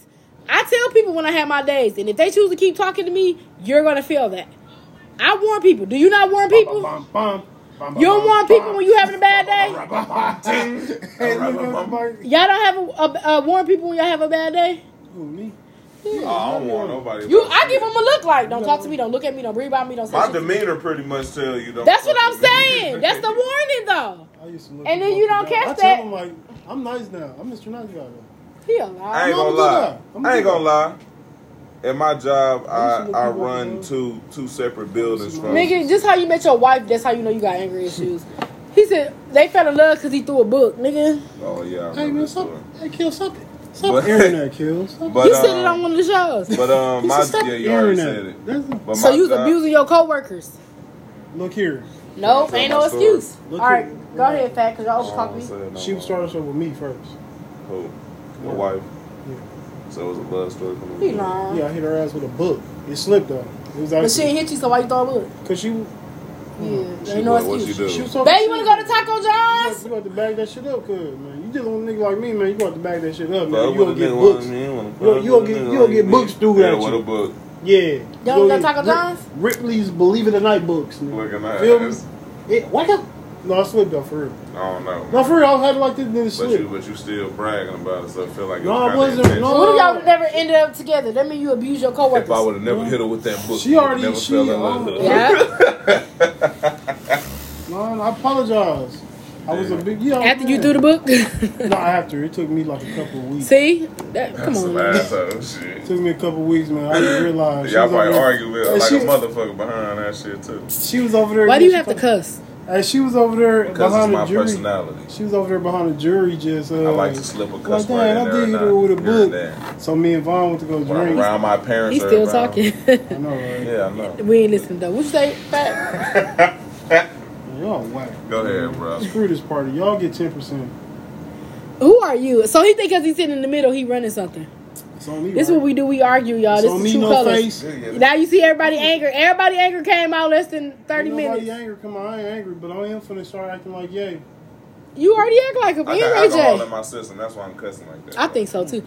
I tell people when I have my days, and if they choose to keep talking to me, you're gonna feel that. I warn people. Do you not warn people? You don't warn people when you having a bad Oh, day. Hey, look at Mike. Y'all don't have a, a, a warn people when y'all have a bad day. Who, me? Oh, I don't want nobody. You, I give them a look like, don't talk to me, don't look at me, don't breathe about me, don't say My shit. to me." demeanor pretty much tell you. Don't That's what fuck I'm with me. saying. That's the warning, though. I used to look And at then you Mike don't down. catch I tell that. him, like, I'm nice now. I'm Mr. Nice Guy. now. He a I liar. ain't No, gonna I'm gonna lie. do that. I'm I ain't gonna gonna do lie. At my job, I, Let me see what I people run do. two two separate buildings from. Nigga, just how you met your wife, that's how you know you got angry issues. He said they fell in love because he threw a book, nigga. Oh Hey, yeah, I remember man, this story. something. Hey, kill something. But- Something internet kills. Something. But you said it um, on one of the shows. But um, He's my just yeah, you already internet. said it. That's a- But so my you was job- abusing your coworkers. Look here. Nope, Tell ain't my no story. excuse. Look All here. right, go ahead, Fat, because y'all I was don't talking wanna to me. say it no She more. started us off with me first. Who? Your wife. Yeah. So it was a love story. from the He beginning. lying. Yeah, I hit her ass with a book. It slipped though. It was But she actually ain't hit you, so why you throw a book? because she, she, Yeah, She ain't no what- what excuse. she do? she was talking. Babe, you want to shit. go to Taco John's? You got to back that shit up, cuz man. You just want a nigga like me, man. You got to back that shit up, man. Fuck You with gonna a get nigga, what books. I mean, wanna fuck You'll- with you'll a get- nigga you'll like get me. books through Yeah, at with you. a book. Yeah. You gonna don't go get Taco John's? Ripley's Believe It or Not books, nigga. Look at my Feel me? ass. It, what the? No, I slipped though, for real. I don't know. No, for real, I had it like this nigga but you, slip. but you still bragging about it, so I feel like it No, I was kinda wasn't. intentional. No. What if y'all would've never ended up together? That mean you abuse your coworkers. If I would have never hit her with that book, She I would've already- never she- fell in love with her. yeah. Man, I apologize. I was a big yeah. I After was you mad. threw the book? No, after it took me like a couple of weeks. See? That, come That's on. some man. asshole shit. It took me a couple of weeks, man. I didn't realize. She Y'all was over probably there- argue with her Hey, like she, a motherfucker behind that shit too. She was over there. Why do you she have to talk- cuss? Hey, she was over there Because behind it's my the jury. personality. She was over there behind the jury, just. Uh, I like to slip a like, cuss word in damn, I there did hit and her out, with a here book. and there. So me and Vaughn went to go When I'm drink. around my parents, He's still or around- talking. I know, right? Yeah, I know. we ain't listening though. What you say, Fat? Y'all whack. Go ahead, bro. Screw this party. Y'all get ten percent. Who are you? So he think because he's sitting in the middle, he running something. It's on me. This is right? what we do. We argue, y'all. It's This on is me. true No colors. face. Now you see everybody anger. Everybody anger came out less than thirty Ain't minutes. Nobody angry. Come on, I ain't angry, but I am finna start acting like yay. You already act like a I got Ray alcohol J. in my system. That's why I'm cussing like that. I think so too.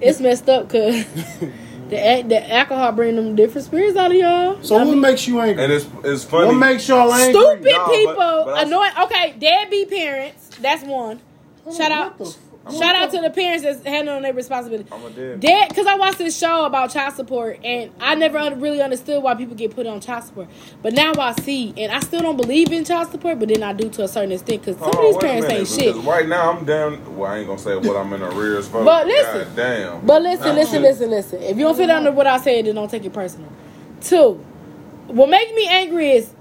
It's messed up because the a- the alcohol bring them different spirits out of y'all. So I what mean, makes you angry? And it's it's funny. What makes y'all angry? stupid Nah, but- people, but I- annoying. Okay, deadbeat parents. That's one. Hold Shout on, out, what the f- shout out to the parents that's handling their responsibility. I'm a dead. Dad, because I watched this show about child support, and I never un- really understood why people get put on child support. But now I see, and I still don't believe in child support, but then I do to a certain extent because some Hold of on, these Oh, wait a parents ain't minute, shit. because Right now I'm down. Well, I ain't gonna say what I'm in arrears for. But listen. God damn. But listen, listen, listen, listen. If you don't fit under what I said, then don't take it personal. Two, what make me angry is,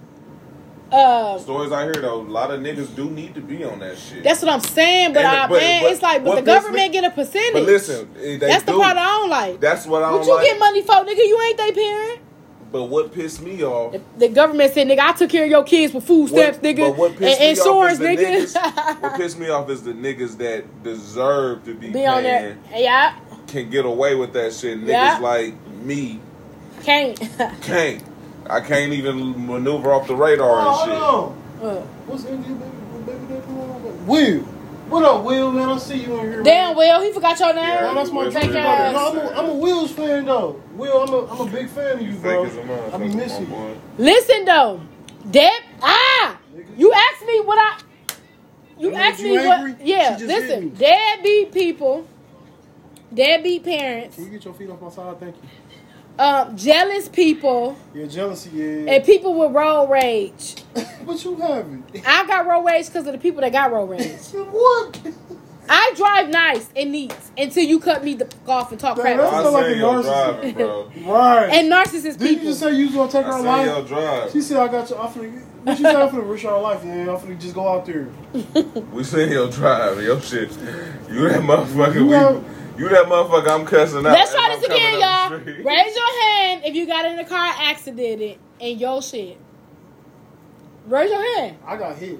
uh, Stories I hear though, a lot of niggas do need to be on that shit. that's what I'm saying. But And- I but- man, but it's like, but what the pissed government me- get a percentage. but listen, eh, they that's the do. part I don't like. That's what I don't What you like. get money for, nigga? You ain't they parent. but what pissed me off? The, the government said, nigga, I took care of your kids for food stamps, What- nigga, But what pissed and me off is insurance, the nigga. niggas- what pissed me off is the niggas that deserve to be, Be on there, paying yeah, can get away with that shit. Niggas Yeah. like me can't. can't. I can't even maneuver off the radar Oh, and shit. hold on. Uh, What's in your baby, your baby daddy doing? What- Will. What up, Will, man? I see you in here. Damn, man. Will, he forgot your name. Yeah, Man, that's my Will's big fake brother. ass. No, I'm a, I'm a Will's fan, though. Will, I'm a, I'm a big fan of you, bro. I be missing you. Listen though, Deb, ah, you asked me what I. You Nigga, asked you me angry? what? Yeah, She just hit listen, me. deadbeat people, deadbeat parents. Can you get your feet off my side? Thank you. um, jealous people Your jealousy is. and people with road rage. but you haven't. I got road rage because of the people that got road rage. what? I drive nice and neat until you cut me the fuck off and talk Man, crap. that's- I feel like a seen your narcissist. driving, bro. Right. And narcissist Didn't you people. just say you was gonna take I our seen your life? drive. She said, "I got you. I'm finna. What you say? I'm finna risk our life. Yeah, I'm finna just go out there. We seen your drive, your shit. You that motherfucker. You You, know- we, you that motherfucker. I'm cussing out. Let's as try I'm this coming again, up y'all. the street. Raise your hand if you got in a car accident and your shit. Raise your hand. I got hit.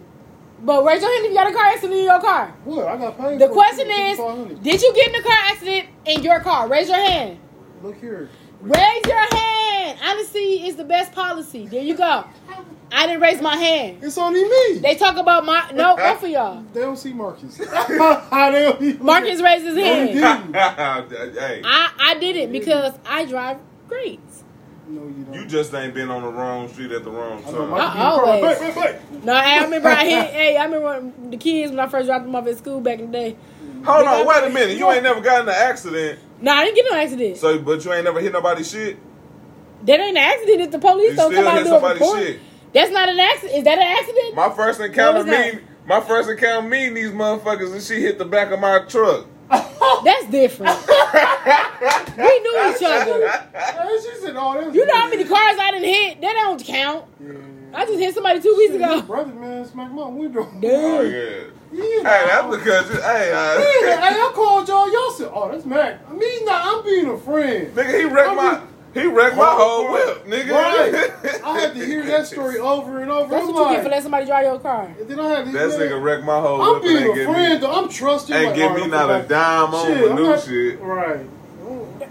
But raise your hand if you got in a car accident in your car. What? I got paid. The for it. Give question me 500. is, did you get in a car accident in your car? Raise your hand. look here. Raise your hand. Honesty is the best policy. There you go. I didn't raise my hand. It's only me. They, They talk about my no, both of y'all. don't see Marcus. they don't see Marcus raised his No, you hand. didn't. hey, I, I did it because I drive great. No, you don't. you just ain't been on the wrong street at the wrong I know Marcus. be in time. I the car. always- Wait, wait, wait. No, I remember I hit. Hey, I remember when the kids when I first dropped them off at school back in the day. Hold on, wait a minute. You ain't never gotten in an accident, No, I didn't get no accident. so but you ain't never hit nobody's shit. that ain't an accident if the police You don't still come out hit and do a somebody's report. shit. That's not an accident. Is that an accident? My first encounter was that? meeting. My first encounter meeting these motherfuckers, and she hit the back of my truck. That's different. we knew each other. Hey, she said, "Oh, that's You know how many cars I didn't hit? That don't count. I just hit somebody two weeks His ago. brother, man, smacked my window. Damn. Oh yeah. Yeah. Hey, that's because you, hey, Yeah, uh, hey, I called y'all. Y'all said, "Oh, that's Mac." I mean, nah, I'm being a friend. nigga, he wrecked my he wrecked my whole whip, nigga. Right. I had to hear that story over and over. That's I'm what you get like, for letting somebody drive your car. And then I had to- That nigga wrecked my whole I'm whip. and being ain't a give friend, me, though. I'm trusting. ain't give me not a dime on the new shit. Right.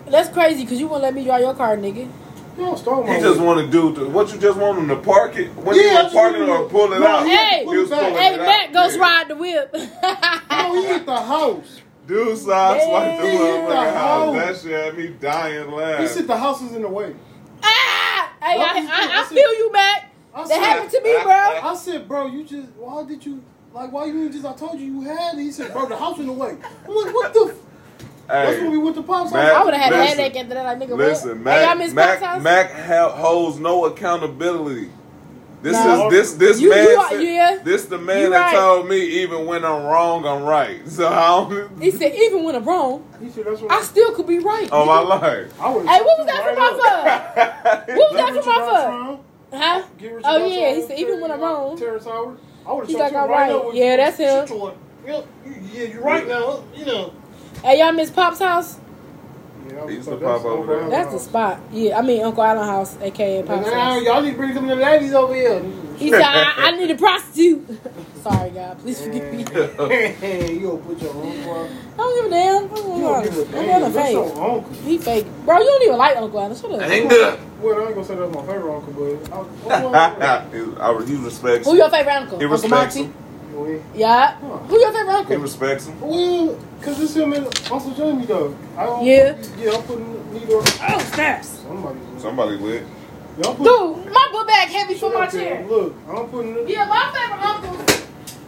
That's crazy because you won't let me drive your car, nigga. You don't start my He just want to do the, what you just want him to park it when Yeah, he I was just parking wanted or to- pull it No, out. he- Hey, he was hey, pulling Hey, it Matt out. goes Yeah. ride the whip. No, he hit the house. Dude, so I swiped the He hit motherfucking the house. hole. That shit had me dying He laughing. said the house is in the way. Ah! Hey, I, What is this? I, I That's feel it. you, Mac. I That happened said, to me, bro. I said, bro, you just why did you like why you ain't just I told you you had it. He said, bro, the house in the way. I'm like, what the? F-? That's when we Hey, went to pops. Mac- house. I would have had Listen. a headache after that. Like, nigga, what? listen, hey, y'all Mac, miss Mac, Pop's house? Mac ha- holds no accountability. This No. is this this You- man. you are- said- yeah. This the man You that right. told me even when I'm wrong, I'm right. So I don't. He said, even when I'm wrong, He said, that's what I still could be right. on Oh, my nigga. life. I would. Hey, what was that from my What was that from my phone? Huh? Oh, yeah. He said, even when I'm wrong. Terrence Howard. I would have He shot like, you all right, right. now with- Yeah, that's him. Shit, you're- Yeah, you're right now. You know. Hey, y'all miss Pop's house? Yeah, He used so to pop that's over there. around That's the spot. Yeah, I mean Uncle Allen house, aka And Pop's Oh, now house. y'all need to bring some of the ladies over here. He said, I, I need a prostitute. Sorry, God. Please forgive me. you gonna put your uncle. I don't give a damn. I You don't give a don't damn. want to That's fake. your uncle. He fake. Bro, you don't even like Uncle Allen. Shut up. Ain't good. Well, I ain't gonna say that's my favorite uncle, but I, I, he respects. Who your favorite uncle? He uncle respects Monty? him. well, Yeah. Huh. Who your favorite He uncle? respects him. well, cause it's him and Uncle Jamie though. I don't, Yeah. yeah. I'm putting neither oh, snaps. somebody's. in. Somebody lit. Y'all Dude, my book bag heavy for my up there. chair. Look, I'm putting. it- Yeah, my favorite uncle.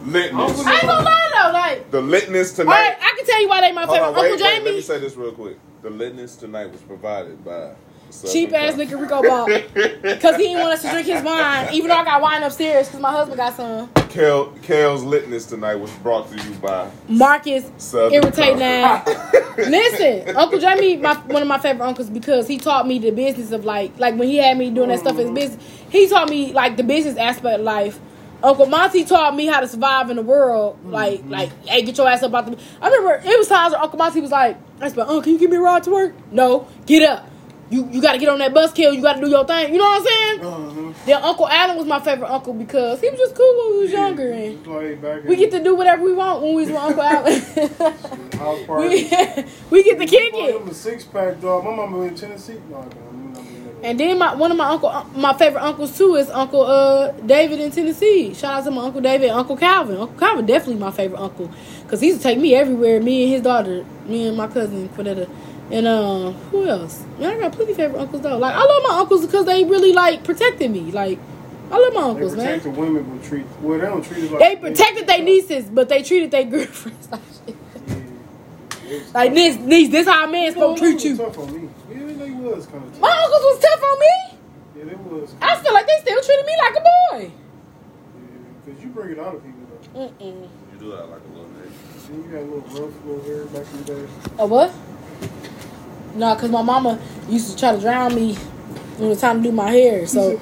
Litness. I ain't gonna lie though. Like, The litness all right, tonight. I can tell you why they my Hold favorite. on, wait, Uncle wait, let me Jamie, say this real quick. The litness tonight was provided by Southern cheap ass Comfort. nigga Rico Ball, because he didn't want us to drink his wine, even though I got wine upstairs because my husband got some. Kel, Kel's litness tonight was brought to you by Marcus Southern irritating ass. Comfort. Listen, Uncle Jamie, my one of my favorite uncles because he taught me the business of like, like when he had me doing that stuff in his business, he taught me like the business aspect of life. Uncle Monty taught me how to survive in the world, like, like, hey, get your ass up out the. I remember it was times where Uncle Monty was like, "I said, Uncle, can you give me a ride to work? No, get up. You you got to get on that bus kill. You got to do your thing. You know what I'm saying? Uh-huh. Then Uncle Allen was my favorite uncle because he was just cool when we was younger and Just like back we in get to do whatever we want when we was with Uncle Allen. the house party. we, we get to kick Bought it. him a six pack, dog. My mama in Tennessee. No, I don't know. And then my one of my uncle, my favorite uncles too is Uncle uh, David in Tennessee. Shout out to my uncle David, and Uncle Calvin. Uncle Calvin definitely my favorite uncle because he used to take me everywhere. Me and his daughter, me and my cousin Quinetta, and um, who else? Man, I got plenty favorite uncles though. Like I love my uncles because they really like protected me. Like I love my They uncles, man. protect the women, but treat well. They don't treat us like They protected their nieces, but they treated their girlfriends like shit. Yeah. Like this, niece, this how a man No, supposed to treat they you. were tough on me. Yeah, they were. was kind of tough. My uncles was tough on me. Yeah, they was. I feel like they still treated me like a boy. Because you bring it out of people, though. Mm-mm. You do that like a little nigga. Then you got a little rough little hair back in the day. A what? No, cause my mama used to try to drown me when it was time to do my hair. So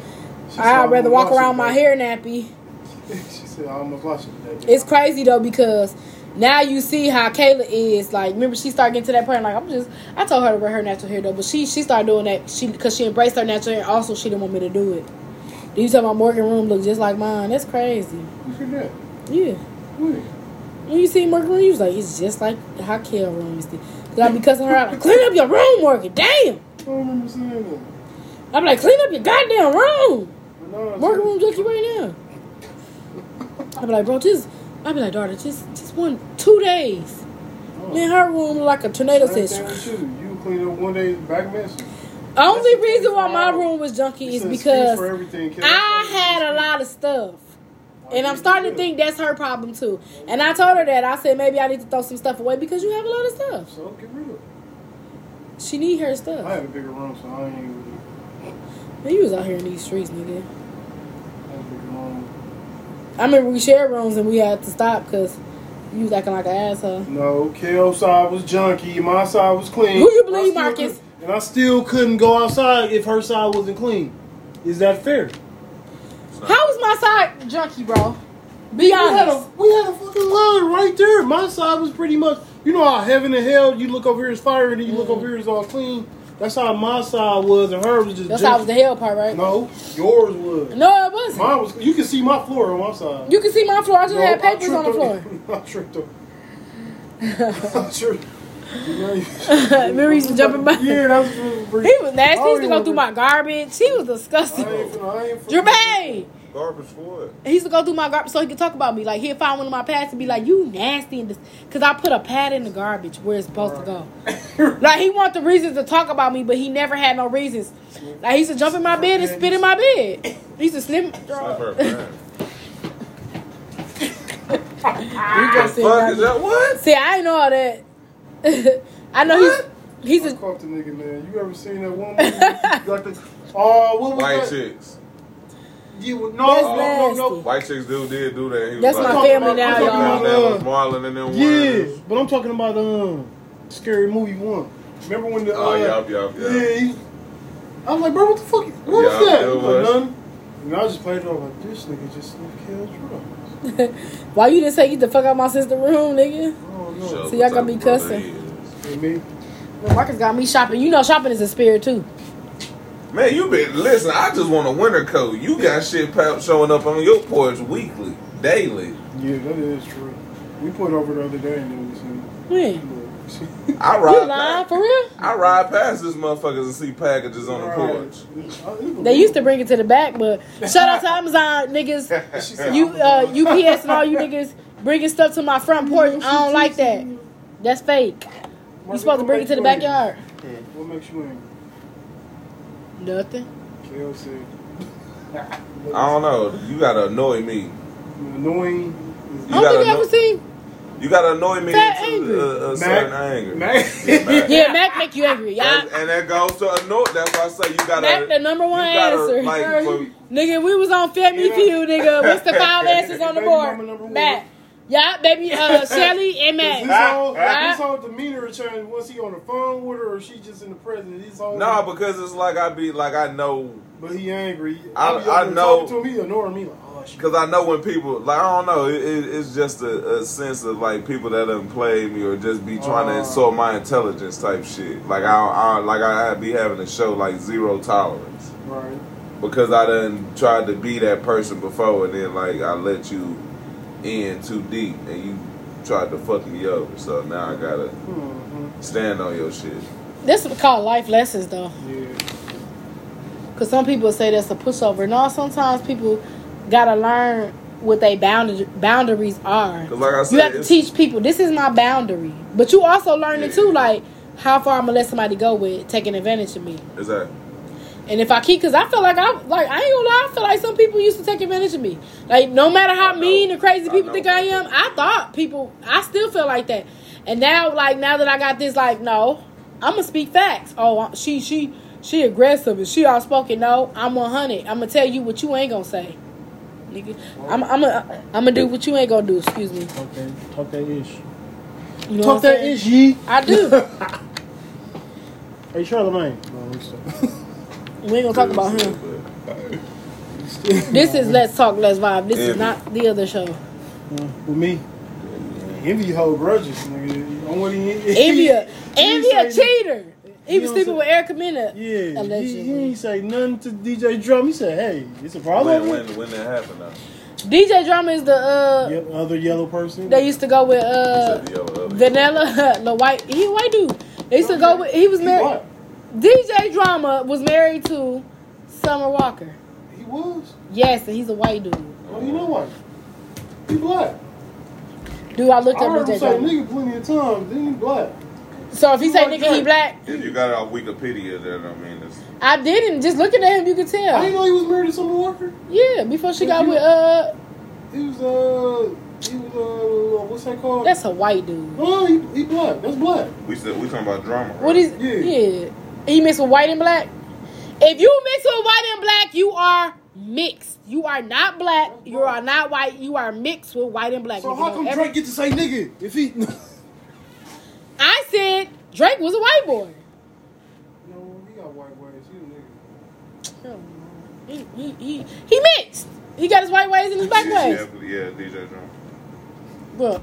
She said, I'd "I'ma rather walk wash it around my back." hair nappy. she said, I almost lost it that day. It's crazy though because now you see how Kayla is. Like, remember she started getting to that point. Like, I'm just, I told her to wear her natural hair though, but she she started doing that. She because she embraced her natural hair. Also, she didn't want me to do it. Do you tell my Morgan room look just like mine? That's crazy. Look at that. Yeah. Wait. When you see Morgan room, you was like, it's just like how Kayla room is. Cause I be cussing her out. Like, Clean up your room, Morgan. Damn. I don't remember saying that. I'm like, clean up your goddamn room. But no, it's- Morgan room junkie right now. I'd be like, bro, just I'd be like, daughter, just just one two days. Oh. Man, her room like a tornado Same session. thing with you. You clean up one day back mess. Only reason why my room was junky It's is an excuse for because everything, kid. I had a lot of stuff. And I'm starting to think that's her problem too. And I told her that. I said maybe I need to throw some stuff away because you have a lot of stuff. So get rid of it. She need her I stuff. had a bigger room, so I ain't really. Man, you was out here in these streets, nigga. I had a bigger room. I remember we shared rooms and we had to stop because you was acting like an asshole. No, Kale's side was junky. My side was clean. Who you believe, I still Marcus? could- And I still couldn't go outside if her side wasn't clean. Is that fair? How was my side junkie, bro? Be We had, a, honest. we had a fucking line right there. My side was pretty much, you know how heaven and hell, you look over here is fire and then you look over here is all clean. That's how my side was, and hers was just. That's how was the junky. hell part, right? No, No, yours was. it wasn't. Mine was. You can see my floor on my side. you can see my floor. I just No, had I papers on the tripped floor. I tripped on. I tripped. You know, you- Remember he used to jump in my. Yeah, that was really brief. He was nasty. I He used to don't go through remember. my garbage. He was I disgusting. ain't finna- I ain't finna- Jermaine! Garbage for it. He used to go through my garbage so he could talk about me. Like, he'd find one of my pads and be like, You nasty. And this. Cause I put a pad in the garbage where it's supposed to go. like, he want the reasons to talk about me, but he never had no reasons. Like, he used to jump in my bed and spit in my bed. He used to slim. Slap her You back. go see Fuck is garbage. that what? See, I ain't know all that. I know he's he's I a caught the nigga, man. You ever seen that one movie? like the, oh, what was White that? chicks. You, no, That's no, no, nasty. no. White chicks dude did do that. He was That's like, my family now, "Fuck y'all. that was Marlon and them Yeah, ones." but I'm talking about um, scary movie one. Remember when the uh, Oh, yup, yup, yup. yeah, he- I was like, bro, what the fuck? What was Yup, that? it He was was. Like, None. And I just played it off like this nigga just sniffed Kel's drugs. why you didn't say get the fuck out my sister room, nigga? Oh no. Shows So y'all what gonna type be of brother cussing. he is. Hey, me. Well, Marcus got me shopping. You know shopping is a spirit too. Man, you been listen. I just want a winter coat. You got shit pal, showing up on your porch weekly, daily. Yeah, that is true. We put over the other day and then we seen. Man. I You ride. lying Past, for real? I ride past these motherfuckers and see packages on the porch. uh, They used to bring it to the back, but shout out to Amazon niggas. You uh, UPS and all you niggas bringing stuff to my front porch. I don't like that. That's fake. You supposed to bring it to the backyard. What makes you angry? Nothing. Kale said. I don't know. You gotta annoy me. Annoying. is I You don't gotta think I know- ever seen. You gotta annoy me That angry. to a, a certain anger. Mac- Yeah, Mac. Yeah, Mac make you angry. Yeah, And, and that goes to annoy. That's why I say you gotta. Mac the number one you gotta, answer. Like, for- Nigga, we was on Family Yeah. Feud, nigga. What's the five answers on the Baby mama number board? one. Matt. Yeah, baby, uh, Shelly and His Matt. whole, Ah. his whole demeanor changed. Was he on the phone with her, or she just in the present? His whole, Nah, because it's like I be like I know, but he angry. I- be over I there talking know- To him, he ignoring me like, oh shit. because I know when people like I don't know. It, it, it's just a, a sense of like people that done played me or just be trying Uh. to insult my intelligence type shit. Like I, I like I, I be having to show like zero tolerance Right. because I done tried to be that person before and then like I let you in too deep and you tried to fuck me over. So now I gotta hmm stand on your shit. This is called life lessons, though. Yeah. Because some people say that's a pushover. No, sometimes people got to learn what they boundar- boundaries are. 'Cause like I said, you have to it's- teach people, this is my boundary. But you also learning, Yeah. too, like, how far I'm going to let somebody go with taking advantage of me. Is that? And if I keep, cause I feel like I like I ain't gonna lie, I feel like some people used to take advantage of me. Like no matter I how know. mean and crazy I people know. think I am, I thought people, I still feel like that. And now, like now that I got this, like no, I'm gonna speak facts. Oh, I- she she She aggressive and she outspoken. No, I'm 100. I'm gonna tell you what you ain't gonna say, nigga. I'm I'm gonna I'm gonna do what you ain't gonna do. Excuse me. Talk that, talk that ish. You know talk what I'm that saying? ish, ye. I do. Hey, Charlemagne. No, let me stop. we ain't gonna talk about him. This is let's talk, let's vibe. This is not the other show. Yeah, With me. Envy hold grudges, nigga. I want to Envy, a- envy say- a cheater. He was You know what I'm saying? sleeping with Erica Yeah, Mena. he, he Allegedly. ain't say nothing to DJ Drum. He said, "Hey, it's a problem." When, when, when that happened, though. DJ Drama is the uh Yep, other yellow person. they used to go with He uh said the other- other- Vanilla the white he a white dude. They used to go with he was He married what? DJ Drama was married to Summer Walker. He was. Yes, and he's a white dude. Well, you know what? He black. Do I look I up heard him DJ say Drama? nigga plenty of times. Then he black. So if he you say like nigga he Drake. black, If you got it off Wikipedia, then I mean, it's, I didn't. Just looking at him you could I didn't tell. know he was married to Summer Walker. Yeah, before she But got you- with uh He was uh, he was uh, what's that called? that's a white dude. no, he, he black. That's black. we said we talking about drama. Right? What is yeah. Yeah. He mixed with white and black. If you mix with white and black, you are mixed. You are not black. You are not white. You are mixed with white and black. So Nigga, how don't come ever- Drake get to say nigga if he? no, I said Drake was a white boy. he got white ways. He a nigga. He, he, he, he mixed. He got his white ways and his black Yeah, ways. Yeah, yeah, DJ drama. Look,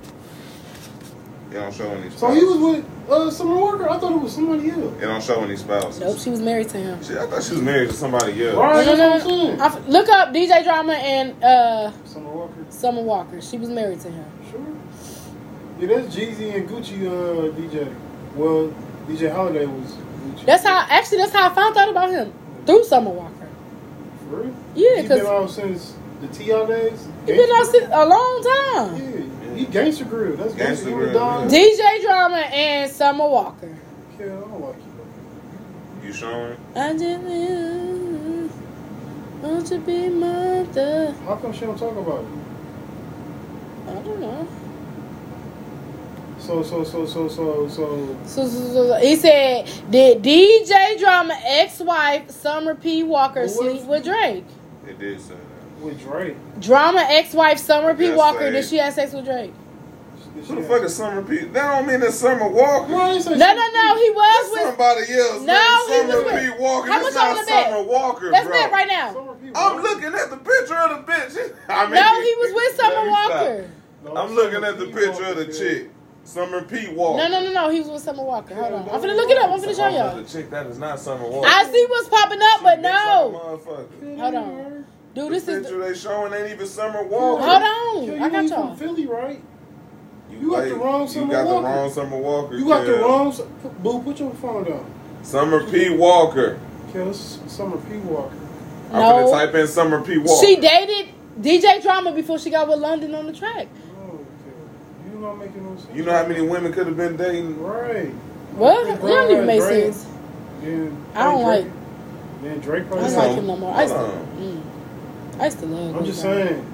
It don't show any. Spouses. So he was with uh Summer Walker. I thought it was somebody else. It don't show any spouses. nope, she was married to him. Shit, I thought she was married to somebody else. Right, No, no, that's no, what no. I'm saying. I f- look up DJ Drama and uh, Summer Walker. Summer Walker. She was married to him. Sure. Yeah, that's Jeezy and Gucci uh, DJ. Well, DJ Holiday was Gucci. That's how. Actually, that's how I found out about him through Summer Walker. For real? Yeah, he been because out since the T.I. days. he been out Gangsta- since a long time. Yeah, he gangster grill. That's Gangsta gangster, He was Grill, down- yeah. DJ Drama and Summer Walker. Yeah, I don't like you. You showing? I just live. Won't you be mother? How come she don't talk about it? I don't know. So, so, so, so, so, so. So, so, so, so- he said, Did DJ Drama ex wife Summer P. Well, Walker what- sleep with Drake? It did say that. With Drake. Drama ex wife Summer P. Yes, Walker, I- did she have sex with Drake? Who the fuck is Summer P? That don't mean that Summer Walker. No, I ain't say No, she- no, no, he was That's with. somebody else. No, man. he was Summer with- P. Walker. How That's much not y'all gonna bet? Summer Walker, Let's bro. bet right now. Summer P. I'm Walker. looking at the picture of the bitch. I mean, No, he was with let Summer me stop. Walker. No, I'm Summer looking at the P. picture Walker, of the yeah. chick. Summer P. Walker. No, no, no, no, he was with Summer Walker. Hold on. Yeah, I'm finna look it up. It's I'm a finna show whole y'all. other chick. That is not Summer Walker. I see what's popping up, She but big no. like a motherfucker. Hold Hold on. Dude, this the is. picture they showing ain't even Summer Walker. Hold on. Kill, I you got ain't from y'all. Philly, right? You, You got the late. wrong You Summer got Walker. the wrong Summer Walker. You got the Kel. wrong. s- p- Boo, put your phone down. Summer P. Walker. Okay, this is Summer P. Walker. I'm gonna No. type in Summer P. Walker. She dated DJ Drama before she got with London on the track. Oh, okay. You not making no sense. You know how many women could have been dating? Right. What? Then That don't even make Drake, sense. Then, I don't then Drake- like- Then Drake I probably. don't Hold like on. him no more. I used to, Hold mm, I used to love. I'm him, just bro. saying.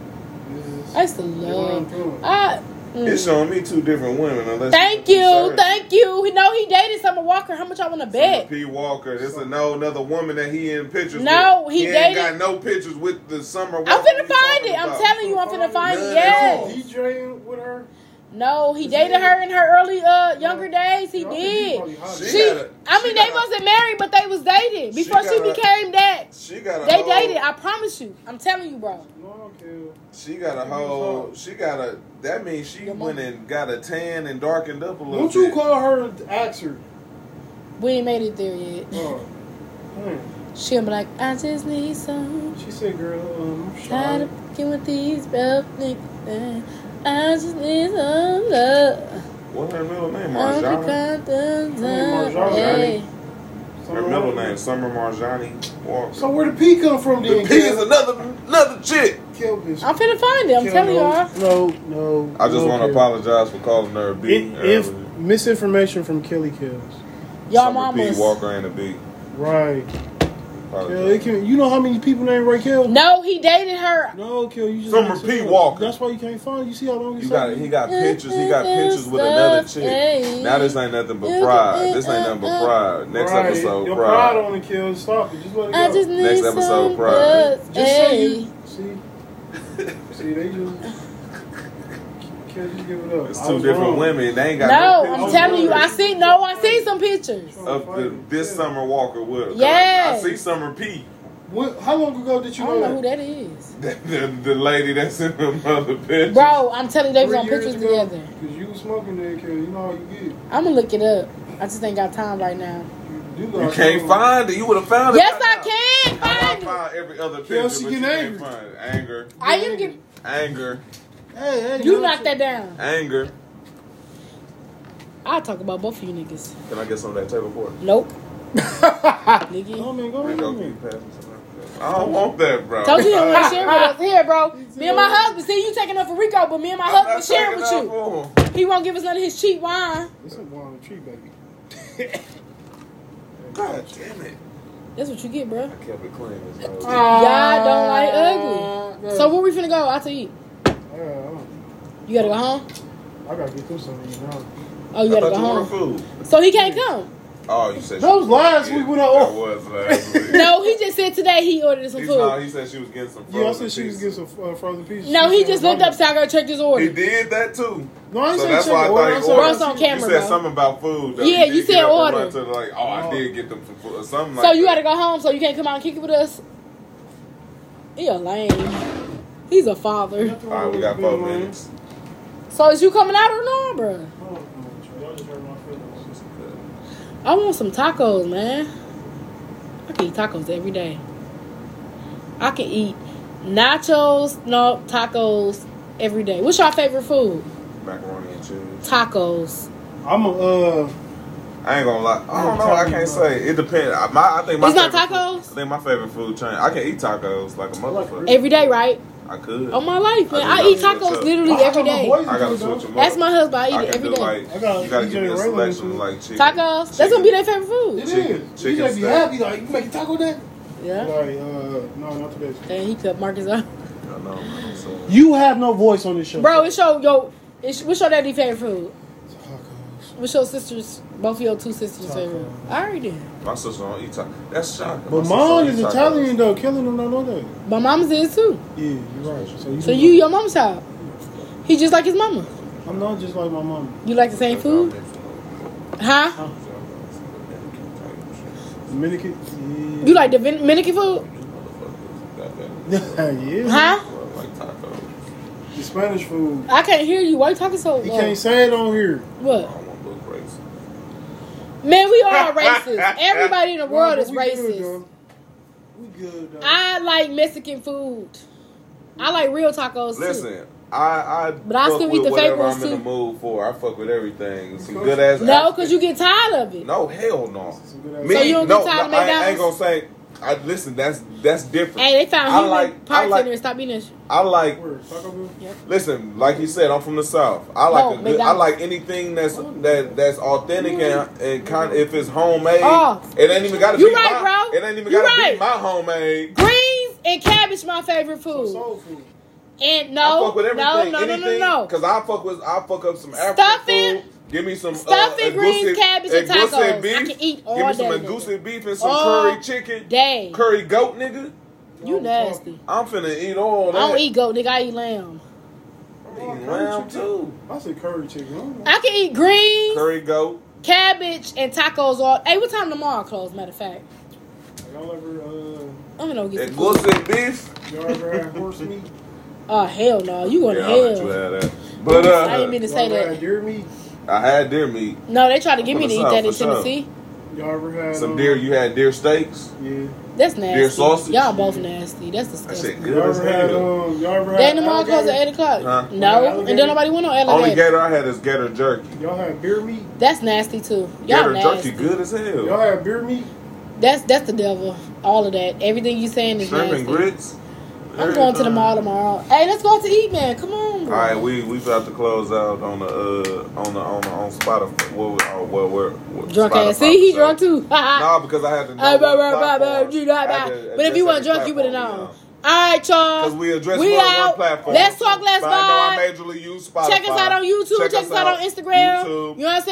This is- I used to this is what I'm love. doing. I. It's Mm. showing me two different women. Unless Thank you, thank you. No, he dated Summer Walker. How much I want to Summer bet? P. Walker. This is no another woman that he in pictures. No, with. he ain't got dated- no pictures with the Summer. Walker I'm you finna find talking it. I'm about. telling you, I'm finna find it. None Is at Yes. he DJing with her. No, he dated her in her early, uh, younger days. He I think he probably did. hot. She She, got a- I she mean, they got a- wasn't married, but they was dating before got she, a- became that. She got a They whole- dated. I promise you. I'm telling you, bro. No, Kel. She got a whole. She got a. That means she Your mom. went and got a tan and darkened up a little. Don't you bit. call her and ask her? We ain't made it there yet. Oh, man. She'll be like, I just need some. She said, "Girl, um, I'm Tired shy." of fucking with these rough niggas. man. I just need some love. What's her middle name? I'm Marjana. the Marjana. Hey. Summer Her middle Walker. name Summer Marjani Walker. So where the P come from? the Then P is another another chick. Kelvin. I'm finna find it. I'm telling y'all. No, no. I just no, want to Kel. apologize for calling her a B. It, if misinformation from Kelly Kills. Y'all Summer P. mamas. Walker ain't a B. Right. Kel, it apologize. can, you know how many people named Raquel? No, he dated her. No, Kel, you just Some ain't repeat seen it. walker. That's why you can't find. You see how long You it's got got he got pictures. He got pictures with another chick. Now this ain't nothing but pride. This ain't nothing but pride. Next episode, Your pride pride. on it, Kel. Stop it. Just let it go. I just need Next some episode, episode, pride. Just say See, see, they just can't just give it up. It's I two was different wrong. women. They ain't got No, no I I'm was pictures telling you, I wondering. seen. No, I seen some pictures. of the, this Summer Walker would. 'Cause I- I, Yes. see Summer P. When, how long ago did you I know don't know who that? that is, The, the, the lady that's in the mother picture. bro. I'm telling you, they was on years pictures ago? together. Cause you was smoking there, Kel. You know how you get. I'm gonna look it up. I just ain't got time right now. You, do You got can't some. find it. You would have found it. Yes, by now. I I can find it. find every other picture, Kelsey but get you angry. can't find it. Anger, I am getting. anger, Hey, hey, You know knock what that down. anger. I'll talk about both of you niggas. Can I get some of that table for it? Nope, No, nigga. man, go Rico, ahead. can you man. pass me some? I don't want that, bro. Told you I- don't want to share with us here, bro. Me and my husband. See, you taking up for Rico, but me and my I'm husband not sharing with taking you. off on. He won't give us none of his cheap wine. It's a wild tree, baby. God damn it. That's what you get, bro. I kept it clean. This whole Oh, time. Y'all don't like ugly. Yeah. So where we finna go? Out to eat. Uh, Yeah, I don't- You gotta go home. I gotta get through something, you know. Oh, you I gotta thought go you wanted home. food. So he can't come. Oh, you said That was she- last yeah, week when I ordered. That was last week. No, he just said today he ordered some He's not, food. he said she was getting some Yeah, I frozen said she was pizza. getting some uh, frozen pizza. No, She he said, just looked "Mama." up so I gotta check his He order. did that too. No, I ain't So saying that's check why I it. thought he Well, ordered. I Bro's on you camera, said bro. something about food. Though. Yeah, He you did get said up and run order. To the, like, oh, I did get them some food or something like So you that. gotta go home so you can't come out and kick it with us? He a lame. He's a father. Nothing All wrong right, we with got being four lame. minutes. So is you coming out or not, bruh? I don't know, y'all just hurt my feelings. I want some tacos, man. I can eat tacos every day. I can eat nachos, no tacos every day. What's your favorite food? Macaroni and cheese. Tacos. I'm a uh, I ain't gonna lie. I don't know. I can't say. It depends. I, my, I think my It's not favorite tacos? Food, I think my favorite food chain. I can eat tacos like a motherfucker. Every day, right? I could. All Oh my life, man. I I do eat not switch tacos up. literally every day. Boys I gotta do, though. switch them up. That's my husband. I eat I it can every do, day. Like, I got you gotta DJ give me a Raylan selection food. like chicken. Tacos. That's gonna be their favorite It food. Chicken- is. chicken you just be steak. happy like you making taco day. Yeah. Like uh, no, not today. And he cut Marcus up. I know, man, so- You have no voice on this show, Bro, it's your yo. It's, what's your daddy favorite food? Tacos. What's your sisters? Both of your two sisters' Tacos. favorite. All right then. My sister don't eat tacos. That's shocking. But My sister mine don't eat is tacos. Italian though. Killing them don't know that. My mama's is too. Yeah, you're right. So you, So you your mama's child. He just like his mama. I'm not just like my mom. You like the same food? Huh? Dominican. Yeah. You like Dominican food? yeah. Huh? The Spanish food. I can't hear you. Why you talking so He low? can't say it on here. What? Man, we all racist. Everybody in the world Bro, is we Good, racist. though. we good though. I like Mexican food. I like real tacos too. Listen, I I But I fuck still eat with the whatever favorites, I'm in the too. mood for. I fuck with everything. Some Because- good ass. No, because you get tired of it. No, hell no. Some good ass- Me, So you don't get no, tired of no, I, ain't- I ain't gonna McDonald's? say. I listen. That's that's different. Hey, they found I human like- I parts like- in there. Stop being this. I like Where? Taco Bell? Listen, like you said, I'm from the south. I like No, a good, I McDonald's. like anything that's that that's authentic and and kind if it's homemade. Mm-hmm. Oh. It ain't even gotta You be right, my, bro. It ain't even You gotta be right. my homemade. Greens and cabbage, my favorite Some food. soul food. And I no, fuck with no, everything. no, no, no, anything, no, no. Cause I fuck with I fuck up some African Stuffing. food. Give me some Stuffing, uh, greens, agousi- cabbage, and agousi tacos. I Beef. can eat all Give me some day, agousi beef and some All curry chicken, Day. curry goat, nigga. You nasty. I'm finna eat all I that. don't eat goat, nigga. I eat lamb. I'm eating lamb too. I said curry chicken. I don't know. I can eat greens, Curry goat. cabbage, and tacos all. Hey, what time tomorrow close? Matter of fact, Y'all ever, uh, I'm gonna go get some food. Agousi beef. y'all ever had horse meat? Oh hell no, you going Yeah, I'll let to you hell? have that. But uh, I ain't been to Y'all say ever had that. deer meat? I had deer meat. No, they tried to get me to eat For that sure, in for sure. Tennessee. Y'all ever had Some um, deer. You had deer steaks. Yeah. That's nasty. Deer sausage? Y'all both nasty. That's That shit disgusting. good Y'all as ever had hell. um? Y'all ever had? They in the mall alligator? close at eight o'clock. Huh? No, Yeah, and then nobody went on Only alligator. gator I had is gator jerky. Y'all had beer meat. That's nasty too. Y'all Gator nasty. jerky good as Y'all hell. had beer meat. That's that's the devil. All of that. Everything you saying is Shrimp and nasty. grits. I'm going to the mall tomorrow. Hey, let's go out to eat, man. Come on. All right, we we about to close out on the uh on the on the, on Spotify. What we oh, well we're, we're Drunk Spotify, ass. See, he so- drunk too. Nah, because I had to. Know Uh, what blah, blah, blah, blah, platform- you know, I blah. had to But if address you weren't every drunk, you would have platform, known. you know. All right, y'all. Because we address we more than one out. platform. Let's talk. Let's But I know I vibe. majorly use Spotify. Check us out on YouTube. Check, us out on Instagram. YouTube. You know what I'm saying?